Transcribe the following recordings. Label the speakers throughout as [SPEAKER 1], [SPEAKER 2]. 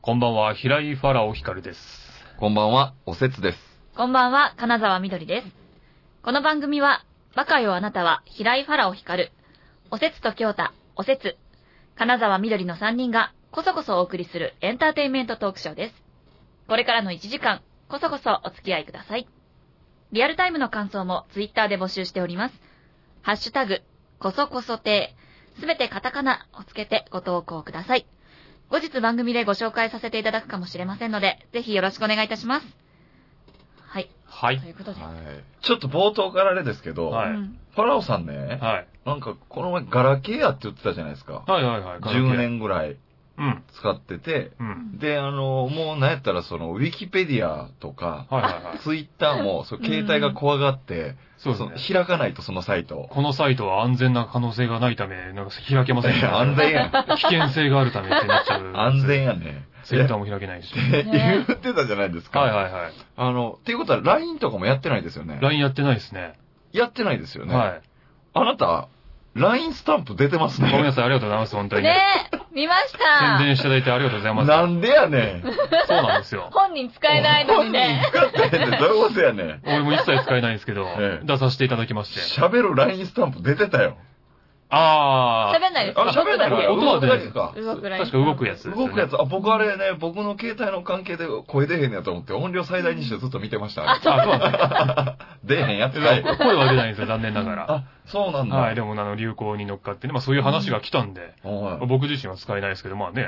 [SPEAKER 1] こんばんは、平井ファラオ光です。
[SPEAKER 2] こんばんは、おせつです。
[SPEAKER 3] こんばんは、金沢みどりです。この番組は、バカよあなたは、平井ファラオ光る、おせつと京太、おせつ、金沢みどりの3人が、こそこそお送りするエンターテインメントトークショーです。これからの1時間、こそこそお付き合いください。リアルタイムの感想もツイッターで募集しております。ハッシュタグ、こそこそ亭、すべてカタカナをつけてご投稿ください。後日番組でご紹介させていただくかもしれませんので、ぜひよろしくお願いいたします。はい。
[SPEAKER 1] は
[SPEAKER 3] とい
[SPEAKER 1] い。
[SPEAKER 3] うことで。
[SPEAKER 2] い。ちょっと冒頭からあれですけど、
[SPEAKER 1] はい
[SPEAKER 2] ファラオさんね、
[SPEAKER 1] はい。
[SPEAKER 2] なんかこの前ガラケーやって言ってたじゃないですか。
[SPEAKER 1] はいはいはい。
[SPEAKER 2] 10。年ぐらい
[SPEAKER 1] うん。
[SPEAKER 2] 使ってて、
[SPEAKER 1] うん。
[SPEAKER 2] で、あの、もうなんやったらその、ウィキペディアとか、
[SPEAKER 1] はいはいはい。
[SPEAKER 2] ツイッターも、そう携帯が怖がって、
[SPEAKER 1] そう
[SPEAKER 2] その
[SPEAKER 1] ですね。
[SPEAKER 2] 開かないとそのサイト。
[SPEAKER 1] このサイトは安全な可能性がないため、なんか開けません
[SPEAKER 2] いや 安全や ん。
[SPEAKER 1] 危険性があるためってなっちゃう。
[SPEAKER 2] 安全やね。
[SPEAKER 1] ツイッターも開けないし。
[SPEAKER 2] って言
[SPEAKER 3] ね
[SPEAKER 2] ってたじゃないですか。
[SPEAKER 1] はいはいはい。
[SPEAKER 2] あの、っていうことは LINE とかもやってないですよね。
[SPEAKER 1] LINE やってないですね。
[SPEAKER 2] やってないですよね。
[SPEAKER 1] はい。
[SPEAKER 2] あなた、LINE スタンプ出てます
[SPEAKER 1] ご
[SPEAKER 2] ね。
[SPEAKER 1] めんなさい、ありがとうございます、本当に。
[SPEAKER 3] ねえ、見まし
[SPEAKER 1] 宣
[SPEAKER 3] た。
[SPEAKER 1] 伝していただいてありがとうございます。
[SPEAKER 2] なんでやねん。
[SPEAKER 1] そうなんですよ。
[SPEAKER 3] 本人使えないのにね。
[SPEAKER 2] 本人使ってんねんどういうことやねん。
[SPEAKER 1] 俺も一切使えないんですけど
[SPEAKER 2] え、え
[SPEAKER 1] 出させていただきまして。
[SPEAKER 2] 喋る LINE スタンプ出てたよ。
[SPEAKER 1] あー。
[SPEAKER 3] 喋んないです。
[SPEAKER 2] あ、喋る
[SPEAKER 1] だけ
[SPEAKER 2] の
[SPEAKER 1] 音は出ない
[SPEAKER 2] るか。
[SPEAKER 3] 動くライン。
[SPEAKER 1] 確か動くやつですよね。
[SPEAKER 2] 動くやつ。あ、僕あれね、僕の携帯の関係で声出へんやと思って音量最大にしてずっと見てました。
[SPEAKER 1] あ、そうなんですね
[SPEAKER 2] 出えへんやつかい。
[SPEAKER 1] 声は出ないんですよ、残念ながら。
[SPEAKER 2] あ、そうなんだ。
[SPEAKER 1] はい、でもあの、流行に乗っかってね、まあそういう話が来たんで、
[SPEAKER 2] おい
[SPEAKER 1] 僕自身は使えないですけど、まあね、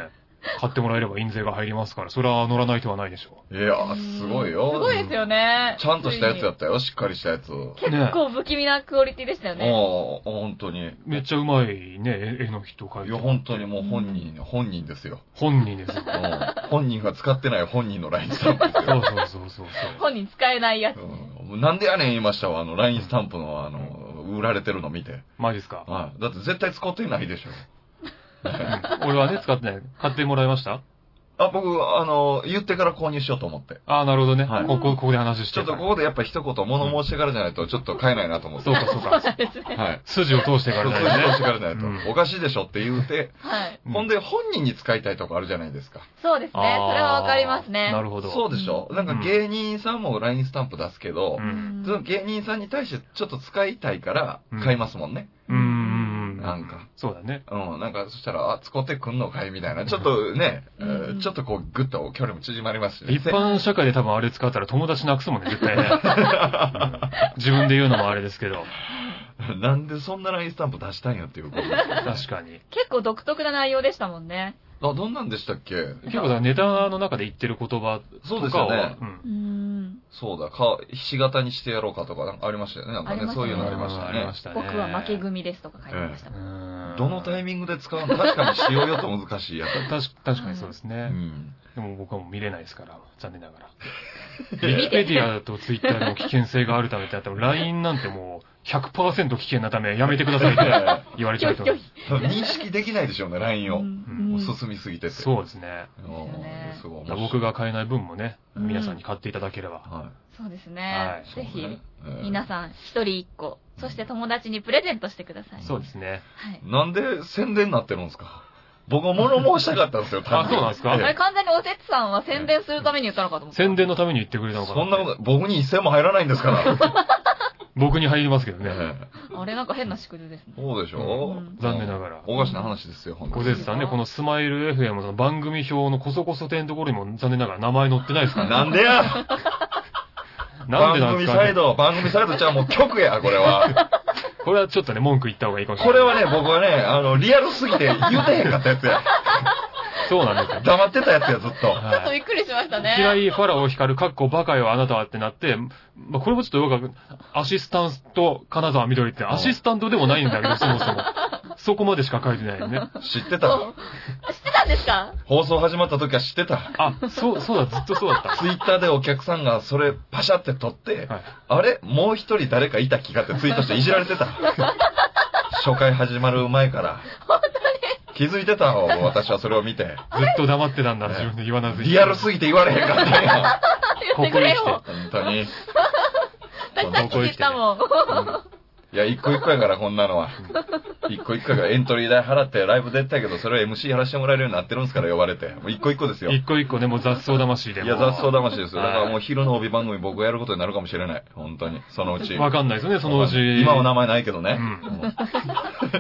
[SPEAKER 1] 買ってもらえれば印税が入りますから、それは乗らない手はないでしょ
[SPEAKER 2] いやー、すごいよ。
[SPEAKER 3] すごいですよね。
[SPEAKER 2] ちゃんとしたやつや
[SPEAKER 3] よ。
[SPEAKER 2] ったよ、しっかりしたやつ。お
[SPEAKER 1] う。ね
[SPEAKER 3] 結、構不気味なクオリティでしたよね。
[SPEAKER 2] お本当に。い
[SPEAKER 1] めっちゃうまいね、絵絵の人描いて
[SPEAKER 2] や、
[SPEAKER 1] る。
[SPEAKER 2] 本当にもう本人、本人ですよ。
[SPEAKER 1] 本人ですよ。
[SPEAKER 2] うん本人が使ってない本人の LINE スタンプです
[SPEAKER 1] そ
[SPEAKER 2] よ
[SPEAKER 1] う。そうそうそうそう。
[SPEAKER 3] 本人使えないやつ。
[SPEAKER 2] うんなんでやねん言いましたわ、あの、LINE スタンプの、あの、売られてるの見て。
[SPEAKER 1] マジですか。
[SPEAKER 2] はい。だって絶対使ってないで しょ。
[SPEAKER 1] 俺はね、使ってない。買ってもらいました
[SPEAKER 2] あ、僕、あの、言ってから購入しようと思って。
[SPEAKER 1] ああ、なるほどね。
[SPEAKER 2] はい
[SPEAKER 1] ここ、ここで話して
[SPEAKER 2] ちょっ
[SPEAKER 1] るか
[SPEAKER 2] と
[SPEAKER 1] ら。
[SPEAKER 2] ここでやっぱ一言物申してからじゃないと、ちょっと買えないなと思っ
[SPEAKER 1] そ
[SPEAKER 2] て。
[SPEAKER 1] うか、そう
[SPEAKER 3] そう
[SPEAKER 1] か。
[SPEAKER 3] なんですね。
[SPEAKER 2] はい。
[SPEAKER 1] 筋を通してか
[SPEAKER 2] そう
[SPEAKER 1] ら
[SPEAKER 2] そう
[SPEAKER 1] だ
[SPEAKER 2] いう
[SPEAKER 1] よ
[SPEAKER 2] 話
[SPEAKER 1] ね。
[SPEAKER 2] からじゃないうと、おかしいでしょって言うて、
[SPEAKER 3] はい。
[SPEAKER 1] うん
[SPEAKER 2] ほんで本人に使いたいとこあるじゃないですか。
[SPEAKER 3] そうですね。そ
[SPEAKER 1] あー
[SPEAKER 3] れはわかりますね。
[SPEAKER 1] な
[SPEAKER 3] ほ
[SPEAKER 1] るほど。
[SPEAKER 2] そうでしょなんか芸人さんも LINE スタンプ出すけど
[SPEAKER 1] う、ん。
[SPEAKER 2] その芸人さんに対してちょっと使いたいから買いますもんね。
[SPEAKER 1] うんうん。うん
[SPEAKER 2] なんか。
[SPEAKER 1] そうだね。
[SPEAKER 2] うん、なんか、そしたら、あ、使ってくんのかいみたいな。ちょっとね、えー
[SPEAKER 3] うん
[SPEAKER 2] ちょっとこう、ぐっと距離も縮まりますしね。
[SPEAKER 1] 一般社会で多分あれ使ったら友達なくすもんね、絶対ね。 うん自分で言うのもあれですけど。
[SPEAKER 2] せ なんでそんな LINE スタンプ出したんやって いうことですよね。
[SPEAKER 1] 確かに。
[SPEAKER 3] 結構独特な内容でしたもんね。
[SPEAKER 2] あ、どんなんでしたっけ
[SPEAKER 1] 結構だからネタの中で言ってる言葉
[SPEAKER 2] そう
[SPEAKER 1] と
[SPEAKER 2] です
[SPEAKER 1] か
[SPEAKER 2] よ
[SPEAKER 1] を、
[SPEAKER 2] ね。
[SPEAKER 1] うん
[SPEAKER 3] うん。
[SPEAKER 2] そうだ、か、ひし形にしてやろうかとか、なんかありましたよね。なんか
[SPEAKER 3] あり
[SPEAKER 2] ね、
[SPEAKER 3] ましたね
[SPEAKER 2] そういうのありました
[SPEAKER 1] あ
[SPEAKER 2] ね。
[SPEAKER 1] りましたね。
[SPEAKER 3] 僕は負け組ですとか書いてましたもん。
[SPEAKER 1] うん
[SPEAKER 2] どのタイミングで使うの確かにしようよと難しいや
[SPEAKER 1] 確
[SPEAKER 2] つ。
[SPEAKER 1] か確かにそうです
[SPEAKER 2] う
[SPEAKER 1] ね。
[SPEAKER 2] ん。
[SPEAKER 1] でも僕はもう見れないですから、残念ながら。ウ
[SPEAKER 2] いや
[SPEAKER 1] ィキペディアとツイッターの危険性があるためってあったら、LINE なんてもう100%危険なためやめてくださいって言われちゃうと思う。
[SPEAKER 2] 認識できないでしょうね、LINE を。
[SPEAKER 3] うん
[SPEAKER 2] もう進みすぎてて。
[SPEAKER 1] そうですね。
[SPEAKER 2] うん。
[SPEAKER 3] ですよね
[SPEAKER 2] すごい面白い。
[SPEAKER 1] 僕が買えない分もね、
[SPEAKER 3] うん
[SPEAKER 1] 皆さんに買っていただければ。
[SPEAKER 2] は
[SPEAKER 3] そうです
[SPEAKER 1] は
[SPEAKER 3] ね
[SPEAKER 2] い。。
[SPEAKER 3] ぜひ、
[SPEAKER 2] そうね、
[SPEAKER 3] 皆さん一人一個、そして友達にプレゼントしてください。
[SPEAKER 1] そうですね。
[SPEAKER 3] はい。
[SPEAKER 2] なんで宣伝になってるんですか僕は物申したかったん ですよ、単に
[SPEAKER 1] あそうなんですか
[SPEAKER 3] あれ
[SPEAKER 2] え
[SPEAKER 3] 完全におせつさんは宣伝するために言ったのかと思った。
[SPEAKER 1] 宣伝のために言ってくれ
[SPEAKER 2] え
[SPEAKER 1] たのかな
[SPEAKER 2] そんなこと、僕に一銭も入らないんですから。
[SPEAKER 1] 僕に入りますけどね。
[SPEAKER 2] ええ
[SPEAKER 3] あれなんか変な仕組みですね。
[SPEAKER 2] そうでしょ
[SPEAKER 3] うん
[SPEAKER 1] 残念ながら。
[SPEAKER 2] おかしな話ですよ、ほん
[SPEAKER 1] 小
[SPEAKER 2] と
[SPEAKER 1] 手さんね、このスマイル FM の番組表のこそこそ点のところにも残念ながら名前載ってないですからね。
[SPEAKER 2] なんで
[SPEAKER 1] なん
[SPEAKER 2] や
[SPEAKER 1] でな
[SPEAKER 2] 番
[SPEAKER 1] んです
[SPEAKER 2] 組
[SPEAKER 1] か
[SPEAKER 2] サ
[SPEAKER 1] ね
[SPEAKER 2] イ。ド、番組サイドじゃあもう局や、これは。
[SPEAKER 1] これはちょっとね、文句言った方がいいかもしれ
[SPEAKER 2] こ
[SPEAKER 1] ない。
[SPEAKER 2] れはね、僕はね、あの、リアルすぎて言うてへんかったやつや。
[SPEAKER 1] そうなんですよ。
[SPEAKER 2] 黙ってたやつや、ずっと。
[SPEAKER 3] ちょっと
[SPEAKER 1] は
[SPEAKER 3] びっくりしましたね。
[SPEAKER 1] 嫌いファラオ光る、かっこバカよあなたはってなって、まあ、これもちょっとよくわかんアシスタント、金沢緑って、アシスタントでもないん だけど、そもそも。そこまでしか書いてないよ ね。
[SPEAKER 2] 知って
[SPEAKER 3] そ
[SPEAKER 2] た
[SPEAKER 3] う。知ってたんですか
[SPEAKER 2] 放送始まった時は知ってた。
[SPEAKER 1] あ、そう、そうだ、ずっとそうだった。
[SPEAKER 2] ツイッターでお客さんがそれパシャって撮って、
[SPEAKER 1] はい
[SPEAKER 2] あれもう一人誰かいた気がってツイートしていじられてた。初回始まる前から。気づいてた方、私はそれを見て。
[SPEAKER 1] ずっと黙ってたんだ、自分で言わなずに。
[SPEAKER 2] リアルすぎて言われへんかったよ。
[SPEAKER 3] 言ってくれよ。
[SPEAKER 2] 本当に。
[SPEAKER 3] 私さっき知ったも
[SPEAKER 1] う
[SPEAKER 3] ん。
[SPEAKER 1] ん
[SPEAKER 2] いや、一個一個やから、こんなのは。一個一個やからエントリー代払ってライブ出てたけど、それを MC やらせてもらえるようになってるんですから、呼ばれて。もう一個一個ですよ。い
[SPEAKER 1] 一個一個ね、もう雑草魂で。
[SPEAKER 2] や、雑草魂ですよ。だ
[SPEAKER 1] はい
[SPEAKER 2] からもう昼の帯番組僕がやることになるかもしれない。本当に。そのうち。
[SPEAKER 1] わかんないですよね、そのうち。
[SPEAKER 2] 今は名前ないけどね。
[SPEAKER 1] うん
[SPEAKER 2] も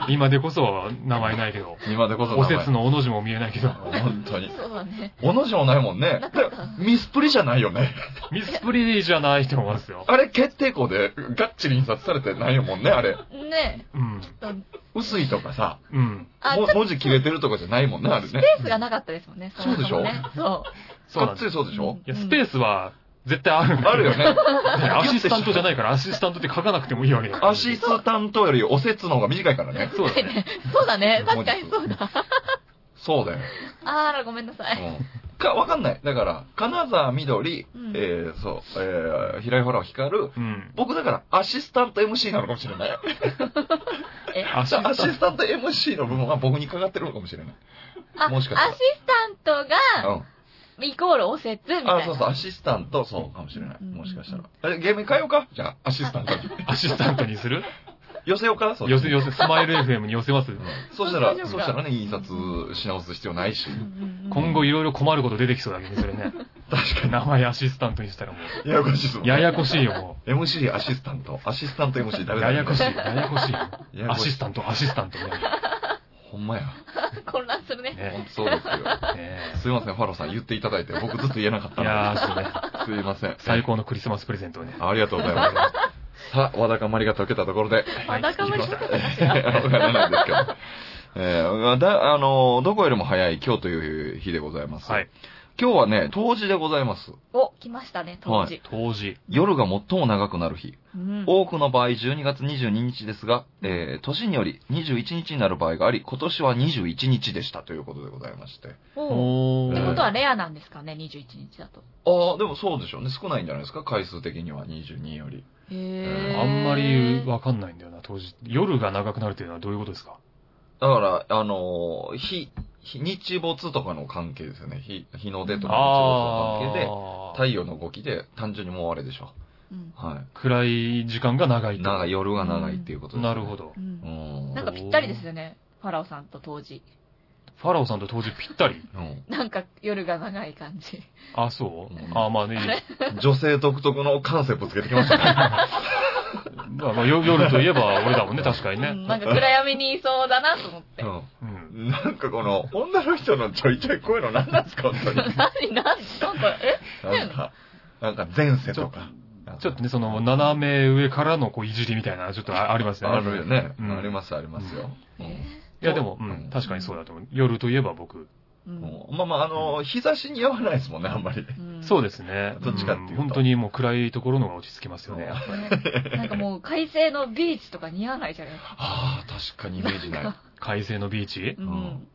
[SPEAKER 1] 今でこそは名前ないけど。
[SPEAKER 2] う今でこそ名
[SPEAKER 1] お
[SPEAKER 2] 前。
[SPEAKER 1] 節のおの字も見えないけ ど。
[SPEAKER 2] 本当に。
[SPEAKER 3] そうだね。
[SPEAKER 2] おの字もないもんね。でミスプリじゃないよね。
[SPEAKER 1] ミスプリじゃないと思いますよ。
[SPEAKER 2] あれ決定校でガッチリ印刷されてないよもんね、あれ。
[SPEAKER 3] ね
[SPEAKER 1] うん。
[SPEAKER 3] え。と
[SPEAKER 2] 薄いとかさ、
[SPEAKER 1] うん。
[SPEAKER 3] あ、ちょ
[SPEAKER 2] も
[SPEAKER 3] っと
[SPEAKER 2] 文字切れてるとかじゃないもんね、あれね。
[SPEAKER 3] スペースがなかったですもんね。
[SPEAKER 2] そうでしょ
[SPEAKER 3] もねそう。
[SPEAKER 1] そう
[SPEAKER 2] が
[SPEAKER 1] なんで
[SPEAKER 2] っつ
[SPEAKER 1] す。い
[SPEAKER 2] りそうでしょ
[SPEAKER 1] や、スペースは絶対あるんだ
[SPEAKER 2] あるよ。ね。
[SPEAKER 1] ね アシスタントじゃないから、アシスタントって書かなくてもいいわけだから
[SPEAKER 2] アシスタントよりお説の方が短いからね。
[SPEAKER 1] そうだね。
[SPEAKER 3] そうだね。確かにそうだ。
[SPEAKER 2] そうだよ。
[SPEAKER 3] あら、ごめんなさい。
[SPEAKER 2] うんか、わかんない。だから、金沢みどり、
[SPEAKER 3] うん
[SPEAKER 2] えー、そう、えー、平井ほら光る、
[SPEAKER 1] うん。
[SPEAKER 2] 僕だからアシスタント MC なのかもしれない。
[SPEAKER 3] え、
[SPEAKER 1] アシスタ
[SPEAKER 2] ア
[SPEAKER 1] ン
[SPEAKER 2] シスタント MC の部分は僕にかかってるのかもしれない。
[SPEAKER 3] あ、
[SPEAKER 2] もしかしたら
[SPEAKER 3] アシスタントが、
[SPEAKER 2] うん。
[SPEAKER 3] イコールおせつみたいな。
[SPEAKER 2] あ、そうそう、アシスタント、そうかもしれない。
[SPEAKER 3] うん
[SPEAKER 2] もしかしたら。あれ、ゲーム変えようかじゃあ、アシスタントに。
[SPEAKER 1] アシスタントにする
[SPEAKER 2] 寄せようかそ
[SPEAKER 1] 寄せ、寄せ、スマイル FM に寄せます。
[SPEAKER 2] うんそうしたら、
[SPEAKER 3] 大丈夫
[SPEAKER 2] そ
[SPEAKER 3] か
[SPEAKER 2] うしたらね、印刷し直す必要ないし。
[SPEAKER 3] うんうん
[SPEAKER 1] 今後いろいろ困ること出てきそうだけどね、それね。
[SPEAKER 2] 確か
[SPEAKER 1] 名前アシスタントにしたらも
[SPEAKER 2] に。ややこしいぞ
[SPEAKER 1] う、。ややこしいよ、も
[SPEAKER 2] MC、アシスタント。アシスタント MC
[SPEAKER 1] う。
[SPEAKER 2] 誰だ
[SPEAKER 1] ややこしい、ややこしいよ。
[SPEAKER 2] ややこ
[SPEAKER 1] ア
[SPEAKER 2] しい
[SPEAKER 1] シスタント、アシスタントね。
[SPEAKER 2] ほんまや。
[SPEAKER 3] 混乱するね。
[SPEAKER 2] ほん
[SPEAKER 1] ね
[SPEAKER 2] とそうですよ。
[SPEAKER 1] ね
[SPEAKER 2] すいません、ファロさん言っていただいて、僕ずっと言えなかっ
[SPEAKER 1] い
[SPEAKER 2] た
[SPEAKER 1] や
[SPEAKER 2] な。
[SPEAKER 1] ー、そうね。
[SPEAKER 2] すいません。
[SPEAKER 1] 最高のクリスマスプレゼントをね。
[SPEAKER 2] ありがとうございます。さあ、わだかまりが解けたところで。
[SPEAKER 1] はい
[SPEAKER 3] 裸まり
[SPEAKER 1] 行きまし
[SPEAKER 2] わからないですけど。えー、だ、あの、どこよりも早い今日という日でございます。
[SPEAKER 1] はい。
[SPEAKER 2] 今日はね、冬至でございます。
[SPEAKER 3] お、来ましたね、当時。
[SPEAKER 1] 当時。
[SPEAKER 2] 夜が最も長くなる日。
[SPEAKER 3] うん
[SPEAKER 2] 多くの場合12月22日ですが、えー、年により21日になる場合があり、今年は21日でしたということでございまして。
[SPEAKER 3] おう
[SPEAKER 1] お
[SPEAKER 2] ー
[SPEAKER 3] って
[SPEAKER 1] ー。
[SPEAKER 3] ことはレアなんですかね、21日だと。
[SPEAKER 2] ああ、でもそうでしょうね。少ないんじゃないですか回数的には22より。
[SPEAKER 3] へー
[SPEAKER 1] あんまりわかんないんだよな、当時。夜が長くなるというのはどういうことですか
[SPEAKER 2] だから、あのー日、日日没とかの関係ですよね。日、日の出とか
[SPEAKER 1] あ
[SPEAKER 2] 日没の関係で、
[SPEAKER 1] ー
[SPEAKER 2] 太陽の動きで単純にもうあれでしょ
[SPEAKER 3] うん
[SPEAKER 2] う。はい。
[SPEAKER 1] 暗い時間が長いと。
[SPEAKER 2] 長い、夜が長いっていうことです、ね。
[SPEAKER 1] なるほ。ど
[SPEAKER 3] う。
[SPEAKER 2] うんん。
[SPEAKER 3] なんかぴったりですよね、ファラオさんと当時。
[SPEAKER 1] ファラオさんと当時ぴったり。
[SPEAKER 2] うん
[SPEAKER 3] なんか夜が長い感じ。
[SPEAKER 1] あ、そう
[SPEAKER 2] うん
[SPEAKER 1] あ、まあね、いい
[SPEAKER 2] 女性独特の感性ぶつけてきましたね。
[SPEAKER 1] まあまあ、よ夜といえば俺だもんね、確かに
[SPEAKER 3] う
[SPEAKER 1] ね。
[SPEAKER 3] んなんか暗闇にいそうだなと思 って。
[SPEAKER 1] うん。
[SPEAKER 2] うん。なんかこの、女の人のちょいちょいこういうの何なんですか、本当に。
[SPEAKER 3] 何、なん、なんか、え
[SPEAKER 2] なんか、なんか前世とか。
[SPEAKER 1] ちょっとね、その、斜め上からのこう、いじりみたいな、ちょっとあありますよね。
[SPEAKER 2] あるよね。
[SPEAKER 1] うん
[SPEAKER 2] ありますありますよ。
[SPEAKER 3] え
[SPEAKER 1] いや、でも、う
[SPEAKER 2] うん
[SPEAKER 1] ん、確かにそうだと思う。夜といえば僕。
[SPEAKER 3] う
[SPEAKER 2] うん
[SPEAKER 3] ん。
[SPEAKER 2] うんまあまあ、あの、日差しに合わないですもんね、あんまり。
[SPEAKER 3] うん
[SPEAKER 1] そうですね。
[SPEAKER 2] どっちかっていうと
[SPEAKER 1] ん本当にもう暗いところの方が落ち着きますよね。
[SPEAKER 3] ねなんかもう、快晴のビーチとか似合わないじゃないですか。
[SPEAKER 2] ああ、確かにイメージない。
[SPEAKER 1] 快晴のビーチ
[SPEAKER 3] う
[SPEAKER 2] うん
[SPEAKER 3] ん。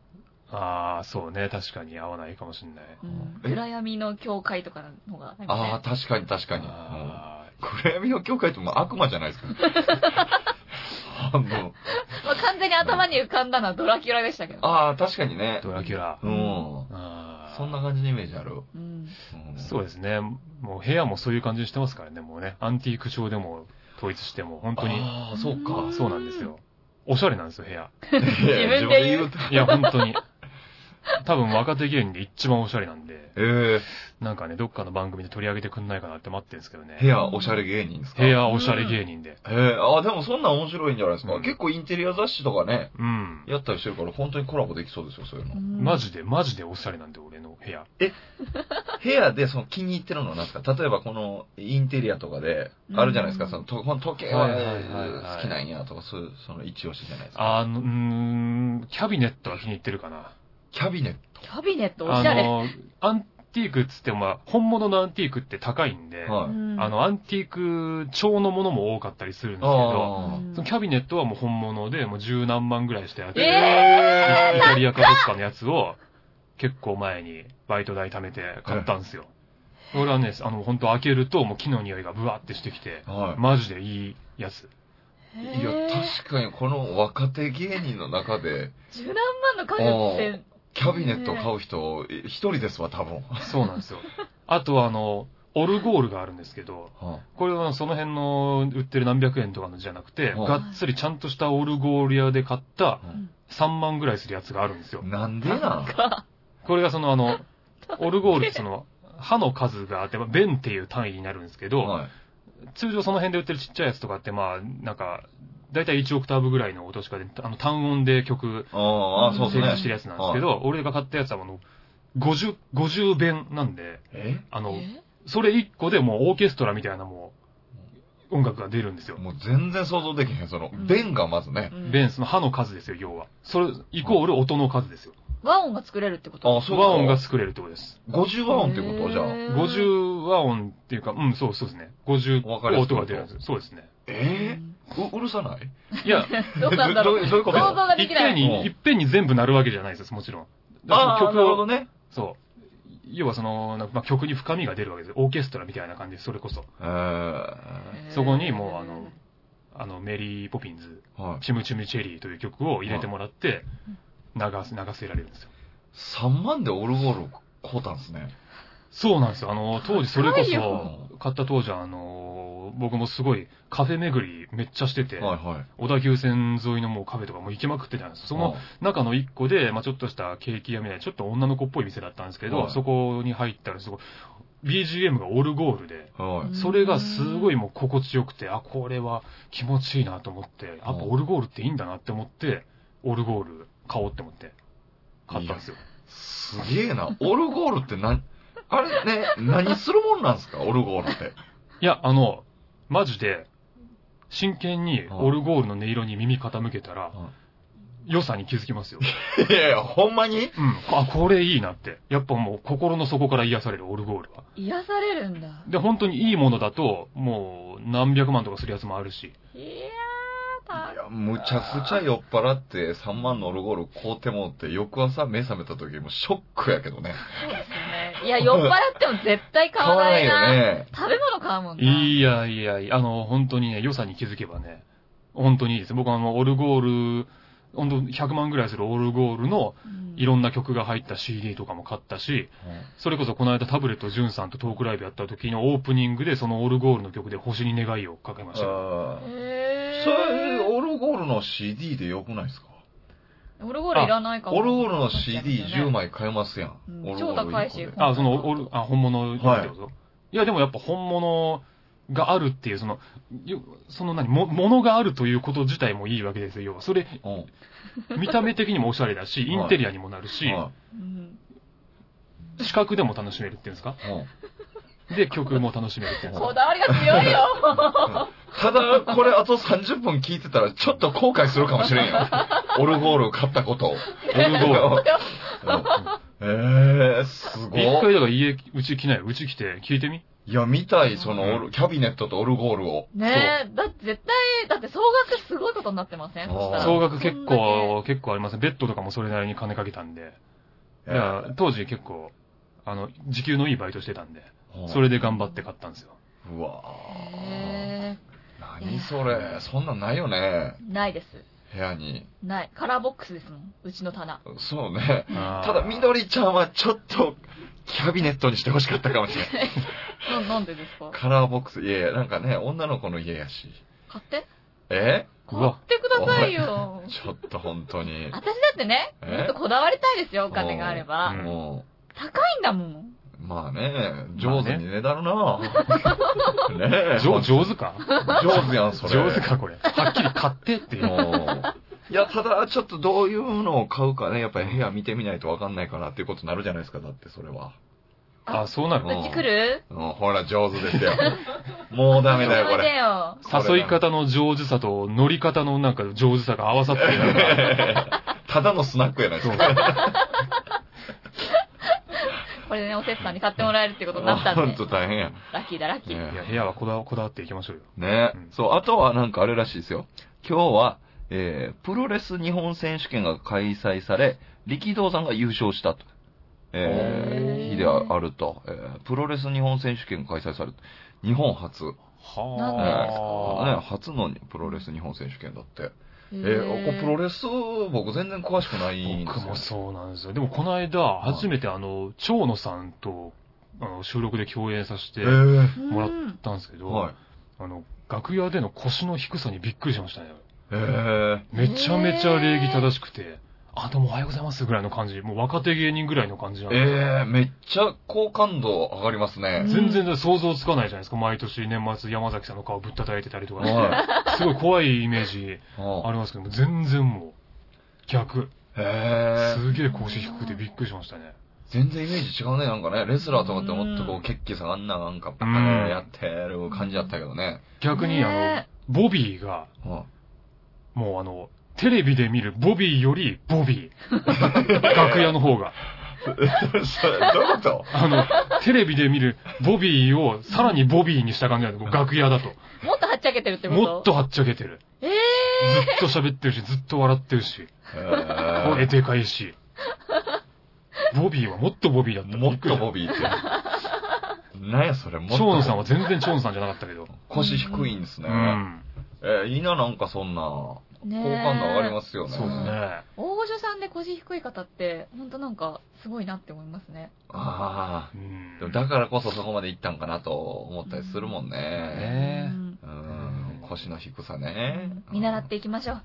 [SPEAKER 1] ああ、そうね。確かに合わないかもしれない。
[SPEAKER 3] うん
[SPEAKER 2] え
[SPEAKER 3] 暗闇の教会とかの方が、なんかね
[SPEAKER 2] ああ、確かに確かに。うん
[SPEAKER 1] あ
[SPEAKER 2] 暗闇の教会ってもう悪魔じゃないですか。 あの、
[SPEAKER 3] まあ完全に頭に浮かんだのはドラキュラでしたけど。
[SPEAKER 2] ああ、確かにね
[SPEAKER 1] ー。ドラキュラ。
[SPEAKER 2] うん。
[SPEAKER 1] あー
[SPEAKER 2] そんな感じのイメージある。
[SPEAKER 3] うん。
[SPEAKER 2] うん
[SPEAKER 1] そうですね。もう部屋もそういう感じにしてますからね、もうね。アンティーク調でも統一しても、本当に。
[SPEAKER 2] ああ、そう
[SPEAKER 3] ー
[SPEAKER 2] か。
[SPEAKER 1] そうなんですよ。おしゃれなんですよ、部屋。
[SPEAKER 2] いやいや
[SPEAKER 3] 自分で言う
[SPEAKER 2] と。
[SPEAKER 1] いや、本当 に。多分若手芸人で一番おしゃれなんで、
[SPEAKER 2] え
[SPEAKER 1] なんかね、どっかの番組で取り上げてくんないかなって待ってるんですけどね
[SPEAKER 2] え、。部屋おしゃれ芸人ですか
[SPEAKER 1] 部屋おしゃれ芸人で。
[SPEAKER 2] ええあ、でもそんなん面白いんじゃないですか。
[SPEAKER 1] うん
[SPEAKER 2] 結構インテリア雑誌とかね、
[SPEAKER 1] うん。
[SPEAKER 2] やったりしてるから本当にコラボできそうですよ、そういうの。
[SPEAKER 1] マジで、マジでおしゃれなんで、俺の部屋。
[SPEAKER 2] 部屋でその気に入ってるのは何ですか例えばこのインテリアとかで、
[SPEAKER 3] うん
[SPEAKER 2] あるじゃないですか、そのとこの時計は
[SPEAKER 1] はいはいはいはい
[SPEAKER 2] 好きなんやとか、そういう、その一押しじゃないですか。
[SPEAKER 1] あの、うーん、キャビネットは気に入ってるかな。
[SPEAKER 2] キャビネッ
[SPEAKER 3] キャビネットお
[SPEAKER 1] あ
[SPEAKER 3] しゃれ。
[SPEAKER 1] の、アンティークっつっても、まあ、本物のアンティークって高いんで、
[SPEAKER 2] ト。は
[SPEAKER 3] う
[SPEAKER 2] い。
[SPEAKER 3] ん
[SPEAKER 1] あ、の、アンティーク調のものも多かったりするんですけど、
[SPEAKER 2] あ
[SPEAKER 3] うん
[SPEAKER 1] そのキャビネットはもう本物で、もう十何万ぐらいしてやって、
[SPEAKER 2] あ。
[SPEAKER 3] え
[SPEAKER 1] イ
[SPEAKER 2] え
[SPEAKER 1] タリアかどっかのやつを、結構前にバイト代貯めて買ったんですよ。俺はね、あの、本当開けると、もう木の匂いがブワーってしてきて、
[SPEAKER 2] はい。
[SPEAKER 1] マジでいいやつ。
[SPEAKER 2] いや、確かにこの若手芸人の中で、
[SPEAKER 3] 十何万の家具って、
[SPEAKER 2] キャビネットを買う人、一人ですわ、多分。
[SPEAKER 1] そうなんですよ。あとはあの、オルゴールがあるんですけど、
[SPEAKER 2] は
[SPEAKER 1] これはその辺の売ってる何百円とかのじゃなくて、
[SPEAKER 2] はい
[SPEAKER 1] がっつりちゃんとしたオルゴール屋で買った
[SPEAKER 2] あ
[SPEAKER 1] 3万ぐらいするやつがあるんですよ。
[SPEAKER 2] なんでなん
[SPEAKER 3] か、
[SPEAKER 1] これがそのあ の、オルゴールってその、歯の数があって、まあ弁っていう単位になるんですけど、
[SPEAKER 2] はい
[SPEAKER 1] 通常その辺で売ってるちっちゃいやつとかって、まあ、なんか、だいたい1オクターブぐらいの落としかで、あの、単音で曲
[SPEAKER 2] あーあー、そう
[SPEAKER 1] 成
[SPEAKER 2] で
[SPEAKER 1] 立
[SPEAKER 2] す
[SPEAKER 1] してる
[SPEAKER 2] ね。
[SPEAKER 1] やつなんですけど、俺が買ったやつはあの、50、50弁なんで、
[SPEAKER 2] え
[SPEAKER 1] あの、
[SPEAKER 3] え
[SPEAKER 1] それ1個でもうオーケストラみたいなもう、音楽が出るんですよ。
[SPEAKER 2] もう全然想像できへん。その
[SPEAKER 3] うん、
[SPEAKER 2] 弁がまずね。
[SPEAKER 1] 弁、その歯の数ですよ、要は。それ、イコール音の数ですよ。
[SPEAKER 3] 和音が作れるってこと
[SPEAKER 2] あ、そう
[SPEAKER 1] 和音が作れるってことです。
[SPEAKER 2] 50和音ってことじゃあ。
[SPEAKER 1] 50和音っていうか、うん、そうそうですね。50
[SPEAKER 2] わかりやす
[SPEAKER 1] 音
[SPEAKER 2] く
[SPEAKER 1] が出るんですよ。そうですね。
[SPEAKER 2] えーううるさない
[SPEAKER 1] いや、
[SPEAKER 3] ーどうなんだろう。
[SPEAKER 2] どうどういうこ
[SPEAKER 3] 想
[SPEAKER 2] と
[SPEAKER 3] 像がで
[SPEAKER 1] いっ
[SPEAKER 3] き
[SPEAKER 1] ぺ
[SPEAKER 3] なんい。
[SPEAKER 2] う
[SPEAKER 1] に、
[SPEAKER 2] ん
[SPEAKER 1] いっぺんに全部鳴るわけじゃないです、もちろん。だから
[SPEAKER 2] ー
[SPEAKER 1] その
[SPEAKER 2] なる
[SPEAKER 1] 曲
[SPEAKER 2] ほど
[SPEAKER 1] を、
[SPEAKER 2] ね。
[SPEAKER 1] そう。要はその、なんかまあ、曲に深みが出るわけですよ。オーケストラみたいな感じで、それこそ。
[SPEAKER 2] えーは
[SPEAKER 1] そこにもうあのあの、メリー・ポピンズ、
[SPEAKER 2] い。
[SPEAKER 1] チムチムチェリーという曲を入れてもらって
[SPEAKER 3] うん、
[SPEAKER 1] 流す、流せられるんですよ。
[SPEAKER 2] 3万でオルゴール買うたんすね。
[SPEAKER 1] そうなんですよ。あの、当時それこ
[SPEAKER 3] 高い
[SPEAKER 2] よ
[SPEAKER 1] そ、買った当時はあの、僕もすごいカフェ巡りめっちゃしてて、
[SPEAKER 2] はいはい。
[SPEAKER 1] 小田急線沿いのもうカフェとかもう行きまくってたんですよ。その
[SPEAKER 2] あ
[SPEAKER 1] 中の一個で、まあちょっとしたケーキ屋みたいな、ちょっと女の子っぽい店だったんですけど、
[SPEAKER 2] はい
[SPEAKER 1] そこに入ったらすごい、BGM がオルゴールで、
[SPEAKER 2] はい。
[SPEAKER 3] うん
[SPEAKER 1] それがすごいもう心地よくて、あ、これは気持ちいいなと思って、やっぱオルゴールっていいんだなって思って、オルゴール買おうって思って、買ったんですよ。
[SPEAKER 2] すげえな。オルゴールってな、あれね、何するもんなんすかオルゴールって。
[SPEAKER 1] いや、あの、マジで、真剣にオルゴールの音色に耳傾けたら
[SPEAKER 2] は、
[SPEAKER 1] 良さに気づきますよ。
[SPEAKER 2] いやいや、ほんまに
[SPEAKER 1] うん。あ、これいいなって。やっぱもう心の底から癒される、オルゴールは。
[SPEAKER 3] 癒されるんだ。
[SPEAKER 1] で、本当にいいものだと、もう何百万とかするやつもあるし。
[SPEAKER 3] いやー、た
[SPEAKER 2] いや、むちゃくちゃ酔っ払って3万のオルゴール買うてもって、翌朝目覚めた時もショックやけどね。
[SPEAKER 3] そうですね。いや、酔っ払っても絶対買わないな。
[SPEAKER 2] ね。
[SPEAKER 3] 食べ物買うもんな。
[SPEAKER 1] いやいやいや、あの、本当にね、良さに気づけばね、本当にいいです。僕はあの、オルゴール、本当100万ぐらいするオルゴールの
[SPEAKER 3] うん
[SPEAKER 1] いろんな曲が入った CD とかも買ったし、それこそこの間タブレットジュンさんとトークライブやった時のオープニングでそのオルゴールの曲で星に願いをかけましたよ。
[SPEAKER 2] あー
[SPEAKER 3] へー
[SPEAKER 2] それ、オルゴールの CD でよくないですか
[SPEAKER 3] オルゴールいらないかも。
[SPEAKER 2] オルゴールの CD10。枚買えますやん
[SPEAKER 3] う。ん
[SPEAKER 2] オルゴール
[SPEAKER 3] 超高いし
[SPEAKER 2] 一個で
[SPEAKER 1] あ、その、オル、あ、本物
[SPEAKER 2] はい
[SPEAKER 1] ってこと、い、や、でもやっぱ本物があるっていう、その、よその何、も、物があるということ自体もいいわけですよ。要はそれ、
[SPEAKER 2] うん
[SPEAKER 1] 見た目的にもおしゃれだし、インテリアにもなるし、
[SPEAKER 2] は
[SPEAKER 3] うん
[SPEAKER 1] 視覚でも楽しめるっていうんですか
[SPEAKER 2] いうん
[SPEAKER 1] で、曲も楽しめるっていうんです
[SPEAKER 3] こ
[SPEAKER 1] か
[SPEAKER 3] だわりが強いよ。
[SPEAKER 2] ただ、これあと30分聞いてたら、ちょっと後悔するかもしれんよ。 オルゴールを買ったことを。オルゴール。えー、すご
[SPEAKER 1] 一回
[SPEAKER 2] い。
[SPEAKER 1] だから家、うち来ないよ。うち来て、聞いてみ
[SPEAKER 2] いや、見たい、そのオル、キャビネットとオルゴールを。
[SPEAKER 3] ねえ、だって絶対、だって総額すごいことになってません
[SPEAKER 2] あー
[SPEAKER 3] そしたら
[SPEAKER 1] 総額結構、結構ありますね。ベッドとかもそれなりに金かけたんで。いや、当時結構、あの、時給のいいバイトしてたんで、それ
[SPEAKER 2] で。
[SPEAKER 1] で頑張って買ったんですよ。
[SPEAKER 2] うわぁ。
[SPEAKER 3] へ
[SPEAKER 2] 何それ。そんなんないよね。
[SPEAKER 3] ーないです。
[SPEAKER 2] 部屋に。
[SPEAKER 3] ない。カラーボックスですもん。うちの棚。
[SPEAKER 2] そうね。た
[SPEAKER 1] た
[SPEAKER 2] だ、緑ちゃんはちょっと、キャビネットにしてほしかったかもしれない。
[SPEAKER 3] ななんでですか
[SPEAKER 2] カラーボックス。いやいや、なんかね、女の子の家やし。
[SPEAKER 3] 買って
[SPEAKER 2] え
[SPEAKER 1] う
[SPEAKER 3] 買っ
[SPEAKER 1] わ
[SPEAKER 3] てくださいよ。
[SPEAKER 2] ちょっと本当に。
[SPEAKER 3] 私だってね、
[SPEAKER 2] え
[SPEAKER 3] もっとこだわりたいですよ、お金があれば。
[SPEAKER 1] うん
[SPEAKER 2] もう。
[SPEAKER 3] 高いんだもん。
[SPEAKER 2] まあね、上手にねだるなねえ。
[SPEAKER 1] 上上
[SPEAKER 2] 手。
[SPEAKER 1] 手か
[SPEAKER 2] 上手やん、それ。
[SPEAKER 1] 上手。か、これ。はっきり買ってっていう。
[SPEAKER 2] いや、ただ、ちょっとどういうのを買うかね、やっぱり部屋見てみないとわかんないからっていうことになるじゃないですか、だってそれは。
[SPEAKER 1] あ、そうなる
[SPEAKER 2] う
[SPEAKER 1] の
[SPEAKER 2] ん
[SPEAKER 3] うち来る
[SPEAKER 2] うん、ほら、上手 ですよ。もうダメだよ、こ
[SPEAKER 3] おいで
[SPEAKER 2] れ。
[SPEAKER 3] よ。
[SPEAKER 1] 誘い方の上手さと乗り方のなんか上手さが合わさってなんか、
[SPEAKER 2] ただのスナックやないです
[SPEAKER 1] そう
[SPEAKER 2] か。
[SPEAKER 3] これでね、おせつさんに買ってもらえるってことになったん
[SPEAKER 2] ほん
[SPEAKER 3] で。
[SPEAKER 2] と大変や。
[SPEAKER 3] ラッキーだ、ラッキー。
[SPEAKER 1] いや、
[SPEAKER 2] ね
[SPEAKER 1] 部屋はこだわこだわっていきましょうよ。
[SPEAKER 2] ね
[SPEAKER 1] うん
[SPEAKER 2] そう、あとはなんかあれらしいですよ。今日は、えー、プロレス日本選手権が開催され、力道山が優勝したと。え
[SPEAKER 3] へ
[SPEAKER 2] ー、
[SPEAKER 3] ー
[SPEAKER 2] 日であると、えープロレス日本選手権が開催され、日本初、
[SPEAKER 3] な
[SPEAKER 2] え
[SPEAKER 3] んでです
[SPEAKER 1] は
[SPEAKER 2] ー
[SPEAKER 1] あ。
[SPEAKER 2] ね、初のプロレス日本選手権だって。え
[SPEAKER 3] え
[SPEAKER 2] ー、ここプロレス、僕全然詳しくないんですよ。
[SPEAKER 1] 僕もそうなんですよ。でもこの間、初めてあの、蝶野さんとあの、収録で共演させて
[SPEAKER 2] え
[SPEAKER 1] も
[SPEAKER 2] え
[SPEAKER 3] うん
[SPEAKER 1] もらったんですけど、
[SPEAKER 2] はい。
[SPEAKER 1] あの、楽屋での腰の低さにびっくりしましたね。
[SPEAKER 2] ええ
[SPEAKER 1] めちゃめちゃ礼儀正しくて、あ、どうもおはようございますぐらいの感じ、もう若手芸人ぐらいの感じなんで
[SPEAKER 2] ええめっちゃ好感度上がりますね。
[SPEAKER 1] 全然想像つかないじゃないですか。毎年年末山崎さんの顔ぶったたいてたりと かして、
[SPEAKER 2] は
[SPEAKER 1] すごい怖いイメージ
[SPEAKER 2] い。
[SPEAKER 1] あ
[SPEAKER 2] は
[SPEAKER 1] りますけども、全然もう、逆。
[SPEAKER 2] いええ
[SPEAKER 1] すげえ腰低くてびっくりしましたね。
[SPEAKER 2] 全然イメージ違うね、なんかね。レスラーとかってもっとこ
[SPEAKER 3] うん
[SPEAKER 2] う、血気下がんな、なんか、バカ
[SPEAKER 1] うん
[SPEAKER 2] でやってる感じだったけどね。
[SPEAKER 1] 逆に、あ
[SPEAKER 3] ね
[SPEAKER 1] の、ボビーが、
[SPEAKER 2] は
[SPEAKER 1] もうあの、テレビで見るボビーよりボビ ー。楽屋の方が。
[SPEAKER 2] いそれ、どういう こと
[SPEAKER 1] あの、テレビで見るボビーをさらにボビーにした感じなんです、楽屋だと。
[SPEAKER 3] もっとはっちゃけてるってこと
[SPEAKER 1] もっとはっちゃけてる。
[SPEAKER 3] ええ
[SPEAKER 1] ずっと喋ってるし、ずっと笑ってるし、
[SPEAKER 2] え
[SPEAKER 1] 声でかいし。ボビーはもっとボビーだっ
[SPEAKER 2] え
[SPEAKER 1] た。
[SPEAKER 2] もっとボ
[SPEAKER 1] ビ
[SPEAKER 2] ビーって。なんやそれ、もっ
[SPEAKER 1] ー。
[SPEAKER 2] と。
[SPEAKER 1] 蝶野さんは全然蝶野さんじゃなかったけど。
[SPEAKER 2] 腰低いんです
[SPEAKER 1] う
[SPEAKER 2] ね。
[SPEAKER 1] ん。
[SPEAKER 2] えー、いいな、なんかそんな。好
[SPEAKER 3] ねえ
[SPEAKER 2] 感度上がりますよね。
[SPEAKER 1] そうですね。
[SPEAKER 3] 大御所さんで腰低い方って、ほんとなんか、すごいなって思いますね。
[SPEAKER 2] あ
[SPEAKER 1] う
[SPEAKER 2] あ。
[SPEAKER 1] ん
[SPEAKER 2] でもだからこそそこまで行ったんかなと思ったりするもんね。
[SPEAKER 1] ね
[SPEAKER 3] うん
[SPEAKER 2] うん、腰の低さ
[SPEAKER 3] う
[SPEAKER 2] ね
[SPEAKER 3] ん。見習っていきましょう。